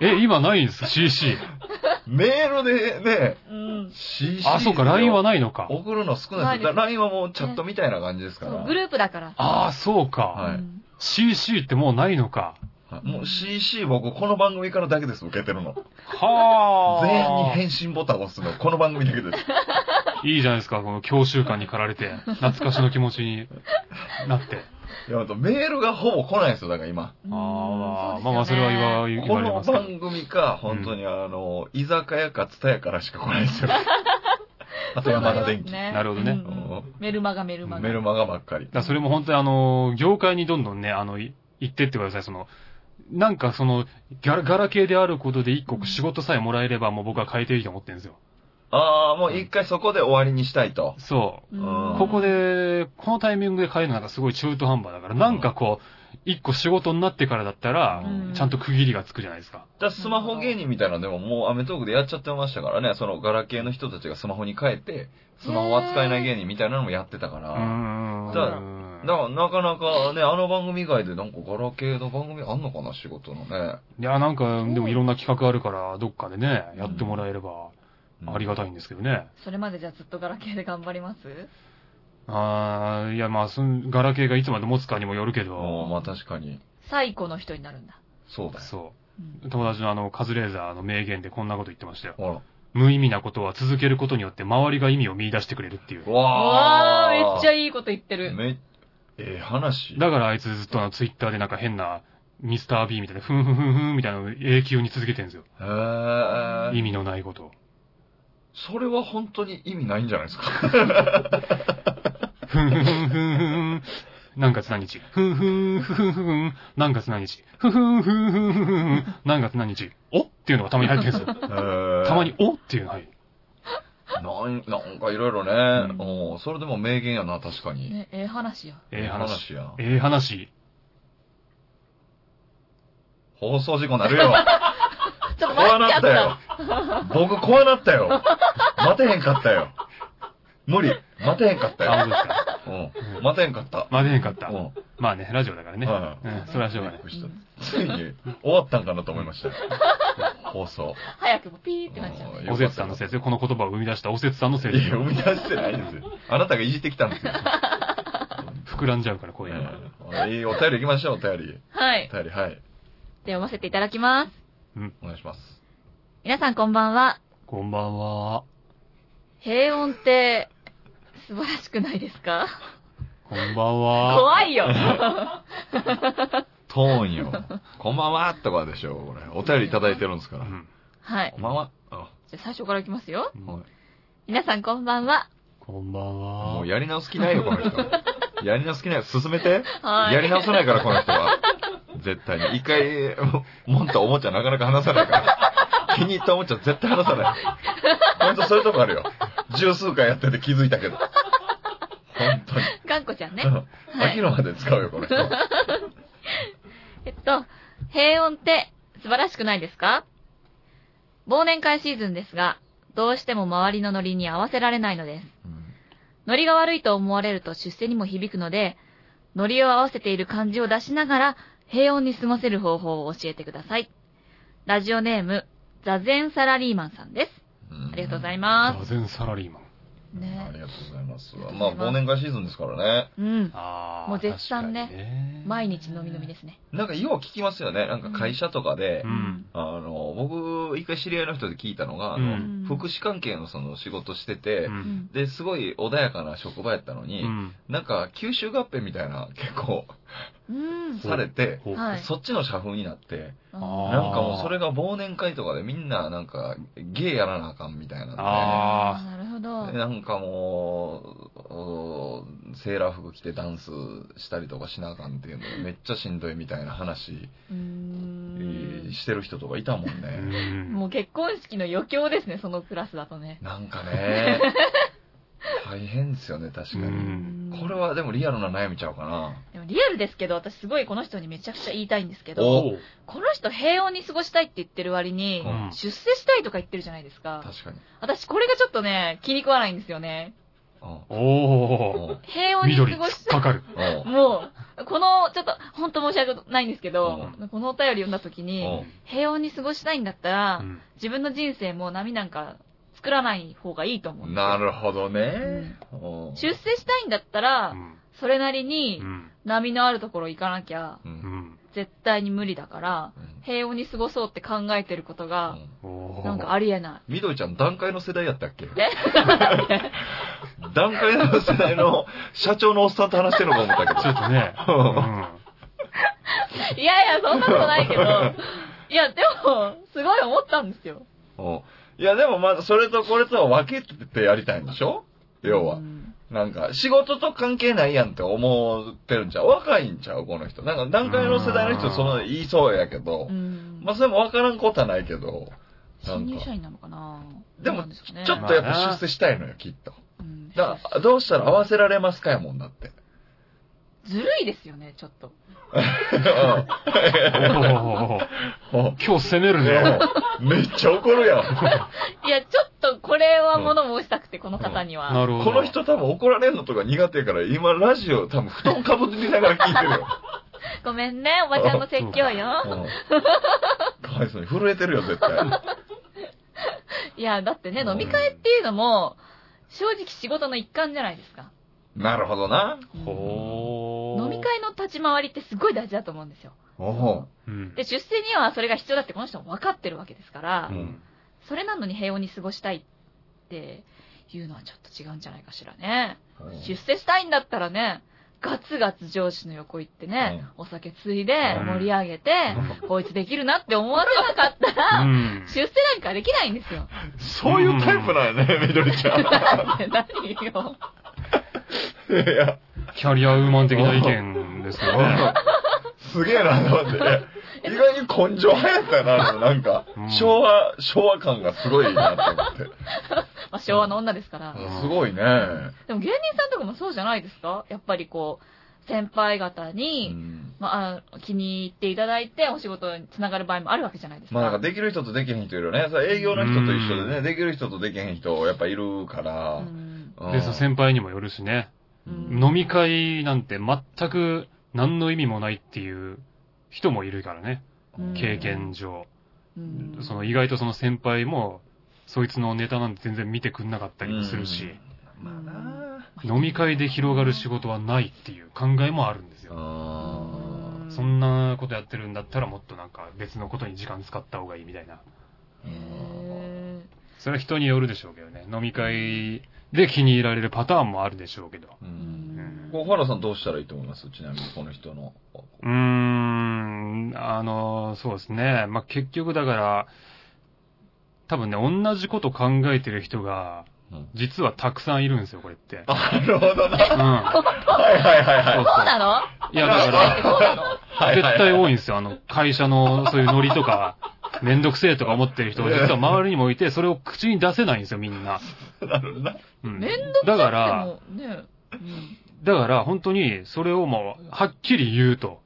[SPEAKER 1] え、今ないんです ?CC。
[SPEAKER 2] メールでね、
[SPEAKER 3] うん。
[SPEAKER 2] CC で。
[SPEAKER 1] あ、そうか、LINE はないのか。
[SPEAKER 2] 送るの少ないです。
[SPEAKER 3] な
[SPEAKER 2] だ
[SPEAKER 3] いです
[SPEAKER 2] LINE はもうチャットみたいな感じですか
[SPEAKER 3] そ
[SPEAKER 2] ら。
[SPEAKER 3] う、グループだから。
[SPEAKER 1] ああ、そうか。
[SPEAKER 2] はい
[SPEAKER 3] うん
[SPEAKER 1] CC ってもうないのか。
[SPEAKER 2] はいもう CC 僕この番組からだけです、受けてるの。
[SPEAKER 1] はあ。
[SPEAKER 2] 全員に返信ボタンを押すの、この番組だけです。
[SPEAKER 1] いいじゃないですか、この教習感に駆られて、懐かしの気持ちになって。
[SPEAKER 2] いや、あとメールがほぼ来ないですよ、だから今。
[SPEAKER 3] うん
[SPEAKER 1] ああ、
[SPEAKER 3] う
[SPEAKER 1] まあまあ、それは言わ
[SPEAKER 3] ん
[SPEAKER 1] 言
[SPEAKER 2] こ
[SPEAKER 1] われ
[SPEAKER 2] の
[SPEAKER 1] ますけど。
[SPEAKER 2] 番組か、本当にあの、居酒屋か、蔦屋からしか来ないです よ。あと
[SPEAKER 3] そうです
[SPEAKER 2] 山
[SPEAKER 3] よね
[SPEAKER 2] 田電機。
[SPEAKER 3] そうです
[SPEAKER 1] なるほどね
[SPEAKER 3] うんメルマガメルマガ。
[SPEAKER 2] メルマガばっかり
[SPEAKER 1] だ。からそれも本当にあの、業界にどんどんね、あの、い行ってってください。その、なんかその、ガラ、ガラ系であることで一個仕事さえもらえればもう僕は変えていいと思ってるんですよ。
[SPEAKER 2] ああ、もう一回そこで終わりにしたいと。
[SPEAKER 1] そ
[SPEAKER 2] うん
[SPEAKER 1] う。ここ、で、このタイミングで変えるのなんかすごい中途半端だから、なんかこう、一個仕事になってからだったら、ちゃんと区切りがつくじゃないですか。
[SPEAKER 2] だからスマホ芸人みたいなのでももうアメトークでやっちゃってましたからね、そのガラケーの人たちがスマホに変えて、スマホは使えない芸人みたいなのもやってたか
[SPEAKER 1] う
[SPEAKER 2] ら。
[SPEAKER 1] ん。
[SPEAKER 2] だから
[SPEAKER 1] うん
[SPEAKER 2] だからなかなかね、あの番組以外でなんかガラケーの番組あんのかな、仕事のね。
[SPEAKER 1] いや、なんか、でもいろんな企画あるから、どっかでね、やってもらえれば、ありがたいんですけどね。
[SPEAKER 3] それまでじゃあずっとガラケーで頑張ります
[SPEAKER 1] ああいや、まあ、その、ガラケーがいつまで持つかにもよるけ
[SPEAKER 2] うん。
[SPEAKER 1] ど、
[SPEAKER 2] もうまあ確かに。
[SPEAKER 3] 最古の人になるんだ。
[SPEAKER 2] そうだよ。
[SPEAKER 1] そ
[SPEAKER 3] うん
[SPEAKER 1] う。友達のあの、カズレーザーの名言でこんなこと言ってましたよ。
[SPEAKER 2] ほら。
[SPEAKER 1] 無意味なことは続けることによって周りが意味を見出してくれるっていう
[SPEAKER 2] う。
[SPEAKER 3] わ
[SPEAKER 2] わ
[SPEAKER 3] ー、めっちゃ
[SPEAKER 2] い
[SPEAKER 3] いいこと言ってる。
[SPEAKER 2] めっええ話。
[SPEAKER 1] だからあいつずっとあの、ツイッターでなんか変な、ミスター B みたいな、ふんふんふんふんみたいなのを永久に続けてるんですよ。
[SPEAKER 2] へえ
[SPEAKER 1] 意。味のないことを。
[SPEAKER 2] それは本当に意味ないんじゃないですか。
[SPEAKER 1] ふんふんふんふんふん。何月何日ふんふんふんふんふん。何月何日ふんふんふんふんふんふん。何月何日おっていうのがたまに入ってるんですよ。
[SPEAKER 2] た
[SPEAKER 1] たまに。おっていうのはい。
[SPEAKER 2] なんなんかいろいろね。
[SPEAKER 1] うん
[SPEAKER 2] おそれでも名言やな、確かに。
[SPEAKER 3] ね、ええ話や。
[SPEAKER 1] ええ話。
[SPEAKER 2] や。
[SPEAKER 1] ええ話。
[SPEAKER 2] 放送事故な るよ。
[SPEAKER 3] ちょっと
[SPEAKER 2] 怖
[SPEAKER 3] 待っち
[SPEAKER 2] な
[SPEAKER 3] ゃ
[SPEAKER 2] っ
[SPEAKER 3] ったた
[SPEAKER 2] よ。。僕怖なったよ。待てへんかったよ。無理。待てへんかった
[SPEAKER 1] あ、そ
[SPEAKER 2] よ。
[SPEAKER 1] うですか。
[SPEAKER 2] う。
[SPEAKER 1] うんん
[SPEAKER 2] 待てへんかった。
[SPEAKER 1] まあ出へんかった
[SPEAKER 2] う。ん。
[SPEAKER 1] まあね、ラジオだからね。
[SPEAKER 2] は
[SPEAKER 1] うん、それはしょうがな
[SPEAKER 2] びっ
[SPEAKER 1] い
[SPEAKER 2] く。りしたついに終わったんかなと思い ました。放送。
[SPEAKER 3] 早くもピーってなっちゃう。
[SPEAKER 1] おせつさんのせいですよ。この言葉を生み出したおせつさんのせいで
[SPEAKER 2] い
[SPEAKER 1] す
[SPEAKER 2] や、
[SPEAKER 1] よ。
[SPEAKER 2] 生み出してないんですよ。あなたがいじってきたんですよ。
[SPEAKER 1] 膨らんじゃうから、こういうのは。
[SPEAKER 2] ええいいお便り行きましょう、お便り。
[SPEAKER 3] はい。
[SPEAKER 2] お便り、はい。
[SPEAKER 3] では読ませていただきます。
[SPEAKER 2] お願いします。
[SPEAKER 3] 皆さんこんばんは。
[SPEAKER 1] こんばんは。
[SPEAKER 3] 平穏って、素晴らしくないですか
[SPEAKER 1] こんばんは。
[SPEAKER 3] 怖 いよ。
[SPEAKER 2] トーンよ。こんばんはとかでしょ、これ。お便りいただいてるんですか
[SPEAKER 1] う
[SPEAKER 2] ら。
[SPEAKER 1] ん
[SPEAKER 3] はい
[SPEAKER 2] こ。んばんは。あ
[SPEAKER 3] じゃあ最初からいきますよ。
[SPEAKER 1] うん
[SPEAKER 2] はい
[SPEAKER 3] 皆さんこんばんは。
[SPEAKER 1] こんばん
[SPEAKER 2] も
[SPEAKER 1] は
[SPEAKER 2] う。やり直す気ないよ、この 人。やり直す気ない。進めて。
[SPEAKER 3] はい。
[SPEAKER 2] やり直さないから、この人は。絶対に。一回、もんとおもちゃなかなか話さないから。気に入ったおもちゃ絶対話さない。ほんとそういうとこあるよ。十数回やってて気づいたけど。本当に。
[SPEAKER 3] 頑固ちゃんね。
[SPEAKER 2] うん
[SPEAKER 3] はい
[SPEAKER 2] 飽 きるまで使うよ、この人。
[SPEAKER 3] と、平穏って素晴らしくないですか忘年会シーズンですが、どうしても周りのノリに合わせられないのです。
[SPEAKER 2] うん
[SPEAKER 3] ノリが悪いと思われると出世にも響くので、ノリを合わせている感じを出しながら平穏に過ごせる方法を教えてください。ラジオネーム、座禅サラリーマンさんです。
[SPEAKER 2] うん
[SPEAKER 3] ありがとうござい
[SPEAKER 1] 座
[SPEAKER 3] ます。
[SPEAKER 1] 禅サラリーマン。
[SPEAKER 2] あ
[SPEAKER 3] ね
[SPEAKER 2] りがとうございますわ。
[SPEAKER 3] あり
[SPEAKER 2] ま
[SPEAKER 3] がと
[SPEAKER 2] あ、
[SPEAKER 3] うございま
[SPEAKER 2] 忘年会
[SPEAKER 3] す
[SPEAKER 2] シーズンですからね。
[SPEAKER 3] うん。
[SPEAKER 1] あー
[SPEAKER 3] もう絶賛ね。
[SPEAKER 1] 確かにね
[SPEAKER 3] 毎日飲み飲みですね。
[SPEAKER 2] なんか、よう聞きますよね。なんか、会社とかで、
[SPEAKER 1] うん。
[SPEAKER 2] あの、僕、一回知り合いの人で聞いたのが、あ
[SPEAKER 1] う
[SPEAKER 2] の
[SPEAKER 1] ん
[SPEAKER 2] 福祉関係のその仕事してて、
[SPEAKER 1] うん
[SPEAKER 3] うん
[SPEAKER 2] で、すごい穏やかな職場やったのに、
[SPEAKER 1] うん。
[SPEAKER 2] なんか、吸収合併みたいな、結構、
[SPEAKER 3] うん。
[SPEAKER 2] されて、
[SPEAKER 1] ほう
[SPEAKER 3] はい
[SPEAKER 2] そっちの社風になって、
[SPEAKER 1] あー
[SPEAKER 2] なんかもうそれが忘年会とかでみんななんか芸やらなあかんみたいなん
[SPEAKER 1] あ
[SPEAKER 3] ーなるほ
[SPEAKER 2] で、
[SPEAKER 3] ど。
[SPEAKER 2] なんかもうおー、セーラー服着てダンスしたりとかしなあかんっていうのがめっちゃしんどいみたいな話
[SPEAKER 3] うーん。
[SPEAKER 2] してる人とかいたもん
[SPEAKER 1] ー。う
[SPEAKER 2] ね。
[SPEAKER 1] ん。
[SPEAKER 3] もう結婚式の余興ですね、そのクラスだとね。
[SPEAKER 2] なんかね、大変ですよね、確か
[SPEAKER 1] う
[SPEAKER 2] に。
[SPEAKER 1] ん
[SPEAKER 2] これはでもリアルな悩みちゃうかな。
[SPEAKER 3] でもリアルですけど、私すごいこの人にめちゃくちゃ言いたいんですけど、
[SPEAKER 1] おう
[SPEAKER 3] この人平穏に過ごしたいって言ってる割
[SPEAKER 1] う
[SPEAKER 3] に、
[SPEAKER 1] ん
[SPEAKER 3] 出世したいとか言ってるじゃないですか。
[SPEAKER 2] 確かに。
[SPEAKER 3] 私これがちょっとね、気に食わないんですよね。
[SPEAKER 2] うん
[SPEAKER 1] お
[SPEAKER 2] うん
[SPEAKER 3] 平
[SPEAKER 1] お
[SPEAKER 3] 穏に
[SPEAKER 1] 緑、
[SPEAKER 3] 過
[SPEAKER 1] 突
[SPEAKER 3] ごし
[SPEAKER 1] った
[SPEAKER 3] い。
[SPEAKER 1] かかる。
[SPEAKER 2] うん
[SPEAKER 3] もう、この、ちょっと、本当申し訳ないんですけど、このお便り読んだ時
[SPEAKER 2] う
[SPEAKER 3] に、
[SPEAKER 2] ん
[SPEAKER 3] 平穏に過ごしたいんだったら、
[SPEAKER 1] うん
[SPEAKER 3] 自分の人生も波なんか作らない方がいいと思うんですよ
[SPEAKER 2] なるほどね。うん
[SPEAKER 3] 出世したいんだったら、
[SPEAKER 1] うん
[SPEAKER 3] それなりに
[SPEAKER 1] うん
[SPEAKER 3] 波のあるところ行かなきゃ、
[SPEAKER 2] う
[SPEAKER 1] うんん
[SPEAKER 3] 絶対に無理だから、
[SPEAKER 2] うん
[SPEAKER 3] 平穏に過ごそうって考えてること
[SPEAKER 2] う
[SPEAKER 3] が、
[SPEAKER 2] ん
[SPEAKER 1] おー
[SPEAKER 3] なんかありえな
[SPEAKER 2] みどりちゃん、段階の世代やったっけ
[SPEAKER 3] え
[SPEAKER 2] 段階の世代の社長のおっさんと話してるのか思ったけど。
[SPEAKER 1] ちょっとね。
[SPEAKER 3] い。いやいや、そんなこと ないけど、いや、でも、すごい思ったんですよ。
[SPEAKER 2] うんいや、でもまあ、それとこれとは分けてやりたいんでしょ要
[SPEAKER 3] う
[SPEAKER 2] は。
[SPEAKER 3] ん
[SPEAKER 2] なんか、仕事と関係ないやんって思ってるんちゃう若いんちゃうこの人。なんか、段階の世代の人、その言いそうやけど
[SPEAKER 3] う。ん
[SPEAKER 2] まあ、それも分からんことはないけど。
[SPEAKER 3] 新入社員なのかな
[SPEAKER 2] で
[SPEAKER 3] どう
[SPEAKER 2] も、
[SPEAKER 3] なんすかね
[SPEAKER 2] ちょっとやっぱ出世したいのよ、きっと。
[SPEAKER 3] うん
[SPEAKER 2] だから、どうしたら合わせられますかやもんだって。
[SPEAKER 3] ずるいですよね、ちょっと。
[SPEAKER 2] うん
[SPEAKER 1] おー今日攻めるね。
[SPEAKER 2] めっちゃ怒るやん。
[SPEAKER 3] いや、ちょっとこれは物申したくて、この方には。
[SPEAKER 1] なるほど。
[SPEAKER 2] この人多分怒られるのとか苦手やから、今ラジオ多分布団かぶってながら聞いてるよ。
[SPEAKER 3] ごめんね、おばちゃんの説教よ。
[SPEAKER 2] うんかわいそうに震えてるよ、絶対。
[SPEAKER 3] いや、だってね、
[SPEAKER 2] うん
[SPEAKER 3] 飲み会っていうのも、正直仕事の一環じゃないですか。
[SPEAKER 2] なるほどな。
[SPEAKER 1] ほー
[SPEAKER 3] 飲み会の立ち回りってすごい大事だと思うんですよ。
[SPEAKER 2] おほ
[SPEAKER 1] うん
[SPEAKER 3] で、出世にはそれが必要だってこの人も分かってるわけですから、
[SPEAKER 1] うん
[SPEAKER 3] それなのに平穏に過ごしたいっていうのはちょっと違うんじゃないかしらね。
[SPEAKER 2] う
[SPEAKER 3] 出世したいんだったらね、ガツガツ上司の横行ってね、お酒ついで
[SPEAKER 1] うん
[SPEAKER 3] 盛り上げて、こいつできるなって思われなかったら、
[SPEAKER 1] うん
[SPEAKER 3] 出世なんかできないんですよ。
[SPEAKER 2] そういうタイプなんやね、みどりちゃん。
[SPEAKER 3] なんて何よ。
[SPEAKER 2] いや、
[SPEAKER 1] キャリアウーマン的な意見ですよね。
[SPEAKER 2] すげえな、と思って。意外に根性派やったな、でもなんか
[SPEAKER 1] うん、
[SPEAKER 2] 昭和、昭和感がすごいな、と思って。
[SPEAKER 3] まあ昭和の女ですから。
[SPEAKER 1] ん
[SPEAKER 2] すごいね。
[SPEAKER 3] でも芸人さんとかもそうじゃないですかやっぱりこう、先輩方に、
[SPEAKER 2] うん
[SPEAKER 3] まあ、気に入っていただいて、お仕事につながる場合もあるわけじゃないですか。
[SPEAKER 2] まあなんかできる人とできへん人いるよね。それ営業の人と一緒で
[SPEAKER 1] う
[SPEAKER 2] ね、できる人とできへん人やっぱいるから。
[SPEAKER 3] うん
[SPEAKER 2] うん
[SPEAKER 1] で、そう先輩にもよるしね。
[SPEAKER 3] うん
[SPEAKER 1] 飲み会なんて全く何の意味もないっていう人もいるからね。
[SPEAKER 3] うん
[SPEAKER 1] 経験上。
[SPEAKER 3] うん
[SPEAKER 1] その意外とその先輩も、そいつのネタなんて全然見てくんなかったりもする
[SPEAKER 2] う
[SPEAKER 1] し、
[SPEAKER 2] んまあな
[SPEAKER 1] 飲み会で広がる仕事はないっていう考えもあるんですよ。
[SPEAKER 2] あ
[SPEAKER 1] そんなことやってるんだったらもっとなんか別のことに時間使った方がいいみたいな。
[SPEAKER 3] へー
[SPEAKER 1] それは人によるでしょうけどね。飲み会で気に入られるパターンもあるでしょうけど。
[SPEAKER 2] う。
[SPEAKER 3] うんん
[SPEAKER 2] 小原さんどうしたらいいと思いますちなみにこの人の。
[SPEAKER 1] うーん、あの、そうですね。まあ、結局だから、多分ね、同じこと考えてる人が、
[SPEAKER 2] うん
[SPEAKER 1] 実はたくさんいるんですよ、これって。
[SPEAKER 2] なるほど
[SPEAKER 1] うん。
[SPEAKER 2] な。はいはいはいはい。
[SPEAKER 1] そう
[SPEAKER 3] そうなの
[SPEAKER 1] いや、だから、
[SPEAKER 3] そうなの
[SPEAKER 2] はい
[SPEAKER 1] 絶
[SPEAKER 2] はい
[SPEAKER 1] 対多
[SPEAKER 2] い。
[SPEAKER 1] いんですよ。あの、会社のそういうノリとか、めんどくせえとか思ってる人が実は周りにもいて、それを口に出せないんですよ、みんな。
[SPEAKER 2] なるほどな。
[SPEAKER 1] うん。
[SPEAKER 3] めんどくさ
[SPEAKER 1] だ
[SPEAKER 3] く
[SPEAKER 1] から、
[SPEAKER 3] てもね、うん
[SPEAKER 1] だから本当にそれをもう、はっきり言うと。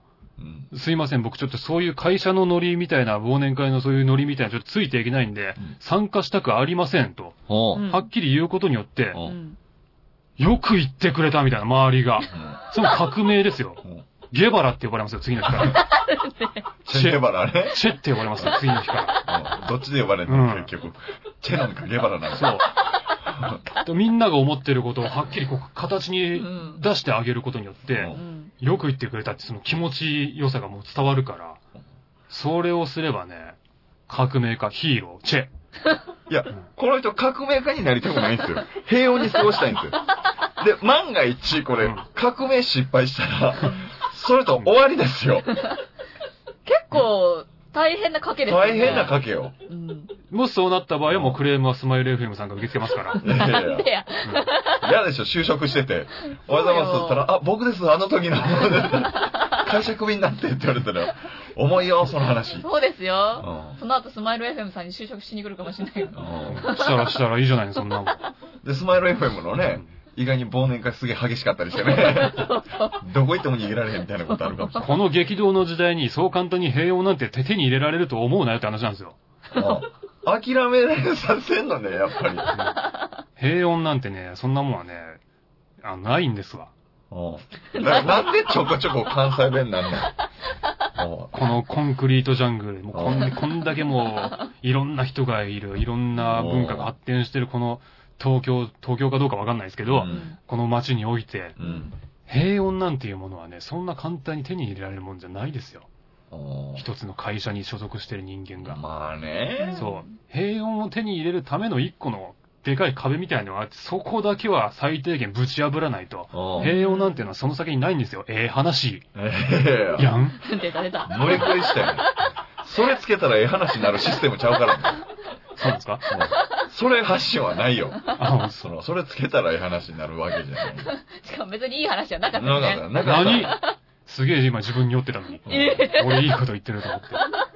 [SPEAKER 2] うん。
[SPEAKER 1] すいません、僕ちょっとそういう会社のノリみたいな、忘年会のそういうノリみたいな、ちょっとついていけないんで、
[SPEAKER 2] うん
[SPEAKER 1] 参加したくありませんと、
[SPEAKER 2] ほう。
[SPEAKER 3] うん
[SPEAKER 1] はっきり言うことによって、
[SPEAKER 2] ほう。
[SPEAKER 3] うんん
[SPEAKER 1] よく言ってくれたみたいな、周りが。その革命ですよ。
[SPEAKER 2] うん
[SPEAKER 1] ゲバラって呼ばれますよ、次の日から。
[SPEAKER 2] チェ・ゲバラね。
[SPEAKER 1] チェって呼ばれますよ、次の日から。
[SPEAKER 2] うんどっちで呼ばれるの
[SPEAKER 1] うん
[SPEAKER 2] 結局。チェなのかゲバラなのか。
[SPEAKER 1] そう。みんなが思ってることをはっきりこう形
[SPEAKER 3] う
[SPEAKER 1] に
[SPEAKER 3] ん
[SPEAKER 1] 出してあげることによっ
[SPEAKER 2] う
[SPEAKER 1] て
[SPEAKER 3] う、ん
[SPEAKER 1] よく言ってくれたってその気持ち良さがもう伝わるから、それをすればね、革命家、ヒーロー、チェ。
[SPEAKER 2] いや、この人革命家になりたくないんですよ。平穏に過ごしたいんですよ。で、万が一、こ
[SPEAKER 1] う
[SPEAKER 2] れ
[SPEAKER 1] ん、
[SPEAKER 2] 革命失敗したら、それと終わりですよ。
[SPEAKER 3] 結構、大変な賭けですよね。
[SPEAKER 2] 大変な賭けよ。
[SPEAKER 3] うん。
[SPEAKER 1] もしそうなった場合はもうクレームはスマイル FM さんが受け付けます から。
[SPEAKER 2] いやいや
[SPEAKER 3] なんでや。
[SPEAKER 2] 嫌でしょ、就職して て。おはようございますって言ったら、あ、僕です、あの時の。 会社クビになってって言われたら、重いよ、その話。うん。
[SPEAKER 3] そうですよ。
[SPEAKER 2] う
[SPEAKER 3] その後、スマイル FM さんに就職しに来るかもしれないよ。
[SPEAKER 2] ん
[SPEAKER 1] したらしたらいいじゃないの、そんなもん。
[SPEAKER 2] で、スマイル FM のね、意外に忘年会すげえ激しかったりしてね。 どこ行っても逃げられへんみたいなことあるかもしれ
[SPEAKER 1] この激動の時代にそう簡単に平穏なんて手手に入れられると思うなよって話なんですよ。
[SPEAKER 2] ない。諦めさせんのね、やっぱり。
[SPEAKER 1] 平穏なんてね、そんなもんはね、あないんですわ。
[SPEAKER 2] うん。だからなんでちょこちょこ関西弁なん のうん
[SPEAKER 1] このコンクリートジャングル、もうこ
[SPEAKER 2] あ
[SPEAKER 1] んこんだけもう、いろんな人がいる、いろんな文化が発展してるこの東京、東京かどうかわかんないですけど、
[SPEAKER 2] うん
[SPEAKER 1] この街において、
[SPEAKER 2] うん。
[SPEAKER 1] 平穏なんていうものはね、そんな簡単に手に入れられるもんじゃないですよ。
[SPEAKER 2] うん
[SPEAKER 1] 一つの会社に所属してる人間が。
[SPEAKER 2] まあね。
[SPEAKER 1] そう。平穏を手に入れるための一個のでかい壁みたいなのはあって、そこだけは最低限ぶち破らないと。
[SPEAKER 2] うん
[SPEAKER 1] 平穏なんていうのはその先にないんですよ。ええ話。
[SPEAKER 2] ええ
[SPEAKER 1] やん。
[SPEAKER 3] 出た出た。
[SPEAKER 2] 無理くりしてんそれつけたらええ話になるシステムちゃうから ね。
[SPEAKER 1] そうですか
[SPEAKER 2] うんそれ発信はないよ。
[SPEAKER 1] あ
[SPEAKER 2] その、それつけたらええ話になるわけじゃない。なか
[SPEAKER 3] しかも別にいい話じゃなか
[SPEAKER 2] っ
[SPEAKER 3] ったたよね。
[SPEAKER 2] よ、なかった
[SPEAKER 1] 何すげえ今自分に酔ってたのに。
[SPEAKER 2] うん
[SPEAKER 3] え
[SPEAKER 1] 俺いいこと言ってると思って。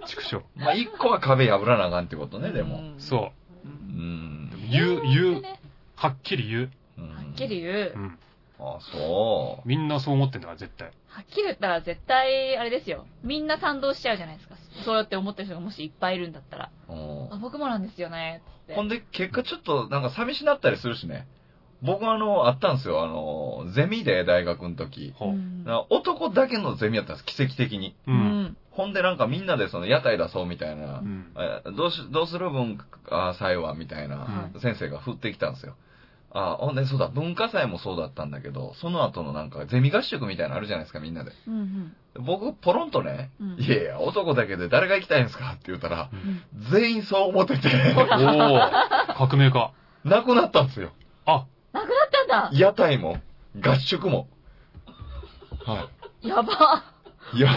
[SPEAKER 1] 畜生。
[SPEAKER 2] まあ、一個は壁破らなあかんってこと
[SPEAKER 3] え。
[SPEAKER 2] ね、でも。
[SPEAKER 1] そう
[SPEAKER 2] うん
[SPEAKER 1] う。
[SPEAKER 2] ん。
[SPEAKER 1] 言う、言う。
[SPEAKER 3] ね
[SPEAKER 1] はっきり言う。
[SPEAKER 2] うん
[SPEAKER 3] はっきり言う
[SPEAKER 1] う。ん。
[SPEAKER 2] あ、そ
[SPEAKER 1] みんなそう思ってんだから、絶対。
[SPEAKER 3] はっきり言ったら絶対、あれですよ。みんな賛同しちゃうじゃないですか。そうやって思ってる人がもしいっぱいいるんだったら。
[SPEAKER 2] う。うん
[SPEAKER 3] あ、僕もなんですよね。って
[SPEAKER 2] ほんで、結果ちょっと、なんか寂しなったりするしね。僕はあの、あったんですよ。あの、ゼミで、大学の時。
[SPEAKER 1] ほう。
[SPEAKER 2] な男だけのゼミやったんです、奇跡的に。
[SPEAKER 1] う。
[SPEAKER 3] うんん。
[SPEAKER 2] ほんで、なんかみんなでその、屋台出そうみたいな
[SPEAKER 1] う。ん。
[SPEAKER 2] えどうし、どうする文化祭はみたいな
[SPEAKER 3] う
[SPEAKER 2] 先生が振ってきたんですよ。あ、ほんで、そうだ、文化祭もそうだったんだけど、その後のなんか、ゼミ合宿みたいなのあるじゃないですか、みんなで。
[SPEAKER 3] うんうん。
[SPEAKER 2] 僕、ポロンとね、
[SPEAKER 3] うん
[SPEAKER 2] いやいや、男だけで誰が行きたいんですかって言ったら、
[SPEAKER 3] うん
[SPEAKER 2] 全員そう思ってて、
[SPEAKER 1] おー、革命家。
[SPEAKER 2] なくなったんですよ。
[SPEAKER 1] あ、
[SPEAKER 3] あったんだ
[SPEAKER 2] 屋台も、合宿も。は
[SPEAKER 3] やば
[SPEAKER 2] い。い や、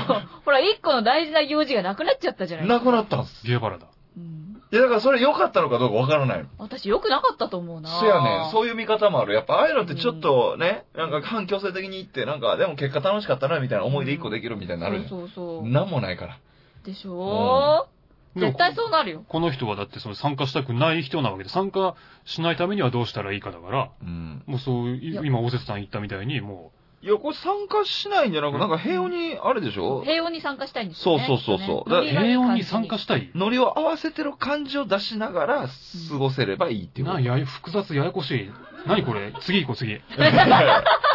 [SPEAKER 3] ほら、一個の大事な行事がなくなっちゃったじゃない
[SPEAKER 2] なくなったんです。
[SPEAKER 1] ゲバラだ。
[SPEAKER 3] うん。
[SPEAKER 2] いや、だからそれ良かったのかどうかわからないの。
[SPEAKER 3] 私よくなかったと思うな。
[SPEAKER 2] そうやねん。そういう見方もある。やっぱ、ああいうのってちょっとね、なんか反強制的に言って、なんか、でも結果楽しかったな、みたいな思い出一個できるみたいになるじゃん。
[SPEAKER 3] そうそうそう。
[SPEAKER 2] なんもないから。
[SPEAKER 3] でしょ
[SPEAKER 1] う
[SPEAKER 3] うん絶対そうなるよ。
[SPEAKER 1] この人はだってその参加したくない人なわけで、参加しないためにはどうしたらいいかだから、
[SPEAKER 2] うん。
[SPEAKER 1] もうそう
[SPEAKER 3] い
[SPEAKER 1] い
[SPEAKER 3] や
[SPEAKER 1] う、今、大節さん言ったみたいに、も
[SPEAKER 2] いや、これ参加しないんじゃなく、なんか平穏に、あれでしょ
[SPEAKER 3] 平穏に参加したいんですよね。
[SPEAKER 2] そうそうそうそう
[SPEAKER 3] きっと
[SPEAKER 2] だ
[SPEAKER 1] う、
[SPEAKER 2] か
[SPEAKER 3] ね
[SPEAKER 1] 平穏に参加したい。
[SPEAKER 2] ノリを合わせてる感じを出しながら、過ごせればいいっていうこ
[SPEAKER 1] な
[SPEAKER 2] と。
[SPEAKER 1] んやや、複雑、ややこしい。何これ次行こう、次。
[SPEAKER 2] い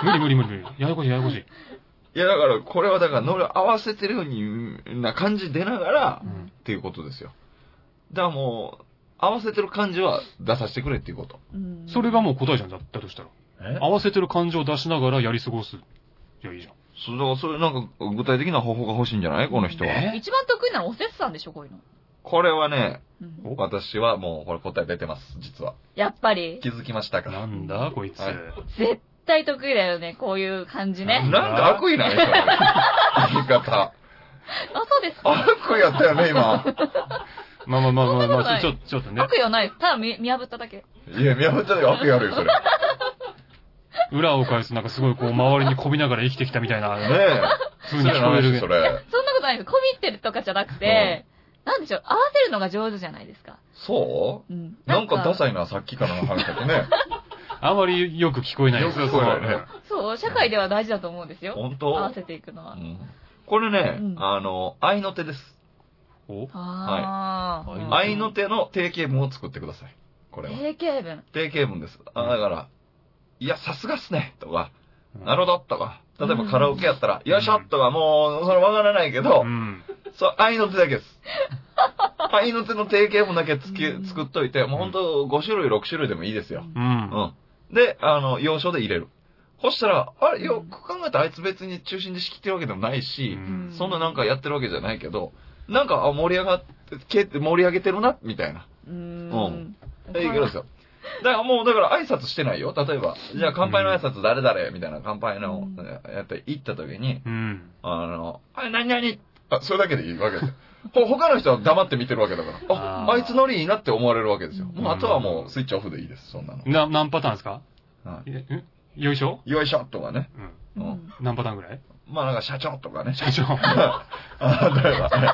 [SPEAKER 1] 無理無理無理無理。ややこしい、ややこしい。
[SPEAKER 2] や、だから、これはだから、ノリを合わせてるように、な感じ出ながら
[SPEAKER 1] う、ん
[SPEAKER 2] っていうことですよ。だからもう、合わせてる感じは出させてくれ っていうこと。
[SPEAKER 3] うん
[SPEAKER 1] それがもう答えじゃん、だだとしたら。
[SPEAKER 2] え
[SPEAKER 1] 合わせてる感情を出しながらやり過ごす。いや、いいじゃん。
[SPEAKER 2] そう、だからそれなんか具体的な方法が欲しいんじゃないこの人は。
[SPEAKER 1] え
[SPEAKER 3] 一番得意なのおせつさんでしょ、こういうの。
[SPEAKER 2] これはね、
[SPEAKER 3] うん
[SPEAKER 1] お
[SPEAKER 2] 私はもうこれ答え出てます、実は。
[SPEAKER 3] やっぱり、
[SPEAKER 2] 気づきましたか
[SPEAKER 1] な
[SPEAKER 2] なん
[SPEAKER 1] だ、こいつ。
[SPEAKER 2] はい
[SPEAKER 3] 絶対得意だよね、こういう感じね
[SPEAKER 1] ん。
[SPEAKER 2] なんで悪意ないか言い方。
[SPEAKER 3] あ、そうですか。
[SPEAKER 2] 悪意やったよね、今。
[SPEAKER 1] まあまあまあまあ、
[SPEAKER 3] そんなこと
[SPEAKER 1] ま
[SPEAKER 3] な
[SPEAKER 1] あ、
[SPEAKER 3] い
[SPEAKER 1] ちょちょっとね、
[SPEAKER 3] 悪意はないです。ただ見見破っただけ。
[SPEAKER 2] いや、宮本ちゃん悪意あるよ、それ。ね
[SPEAKER 1] 裏を返すとなんかすごいこう、周りにこびながら生きてきたみたいな
[SPEAKER 2] え。
[SPEAKER 1] 風に聞こえる
[SPEAKER 2] それ。
[SPEAKER 3] そんなことないです。こびってるとかじゃなくて、なんでしょう、合わせるのが上手じゃないですか。
[SPEAKER 2] そ
[SPEAKER 3] うん。
[SPEAKER 2] うなんかダ
[SPEAKER 3] い。
[SPEAKER 2] サいな、さっきからの話だと ね。
[SPEAKER 1] あまりよく聞こえない
[SPEAKER 2] よく聞こえないね
[SPEAKER 1] その
[SPEAKER 3] そう、社会では大事だと思うんですよ。
[SPEAKER 2] 本
[SPEAKER 3] 合わ
[SPEAKER 2] 当
[SPEAKER 3] せていくのは
[SPEAKER 2] う。んこれね、
[SPEAKER 3] うん
[SPEAKER 2] あの、愛の手です。
[SPEAKER 1] お
[SPEAKER 3] あ
[SPEAKER 1] はい
[SPEAKER 3] あ。
[SPEAKER 2] 愛の手の定型文を作ってください。これは。
[SPEAKER 3] 定型文。
[SPEAKER 2] 定型文です。あだから、いや、さすがっすねとか、なる
[SPEAKER 1] る
[SPEAKER 2] ほどとか、例え
[SPEAKER 3] う
[SPEAKER 2] ば
[SPEAKER 3] ん
[SPEAKER 2] カラオケやったら、よいしょとか、もう、それわからないけど、
[SPEAKER 1] うん。
[SPEAKER 2] そう、愛の手だけです。愛の手の定型文だけつき
[SPEAKER 3] うん
[SPEAKER 2] 作っといて、もうほんと5種類、6種類でもいいですよ。
[SPEAKER 1] う。
[SPEAKER 2] うんん。で、あの、要所で入れる。そしたら、あれ、よく考えたらあいつ別に中心で仕切ってるわけでもないし、
[SPEAKER 1] うん
[SPEAKER 2] そんななんかやってるわけじゃないけど、なんか、あ盛り上がって、け盛り上げてるな、みたいな。
[SPEAKER 3] うーん。
[SPEAKER 2] え、いくらですよ。だからもう、だから挨拶してないよ。例えば、じゃあ乾杯の挨拶誰々みたいな乾杯の
[SPEAKER 3] うん、
[SPEAKER 2] えやって行った時に、
[SPEAKER 1] うん。
[SPEAKER 2] あの、あ、何々あ、それだけでいいわけですよ。ほ、他の人は黙って見てるわけだから、あ、
[SPEAKER 1] あー
[SPEAKER 2] あいつノリいいなって思われるわけですよ。
[SPEAKER 3] うん
[SPEAKER 2] もう、あとはもうスイッチオフでいいです、そんなの。
[SPEAKER 1] な、何パターンですか
[SPEAKER 2] は
[SPEAKER 1] えんよいしょ
[SPEAKER 2] いよいしょとかね。
[SPEAKER 1] うん。
[SPEAKER 3] うん
[SPEAKER 1] 何パターンぐらい
[SPEAKER 2] まあなんか社長とかね。
[SPEAKER 1] 社 長。
[SPEAKER 2] あ例えばね。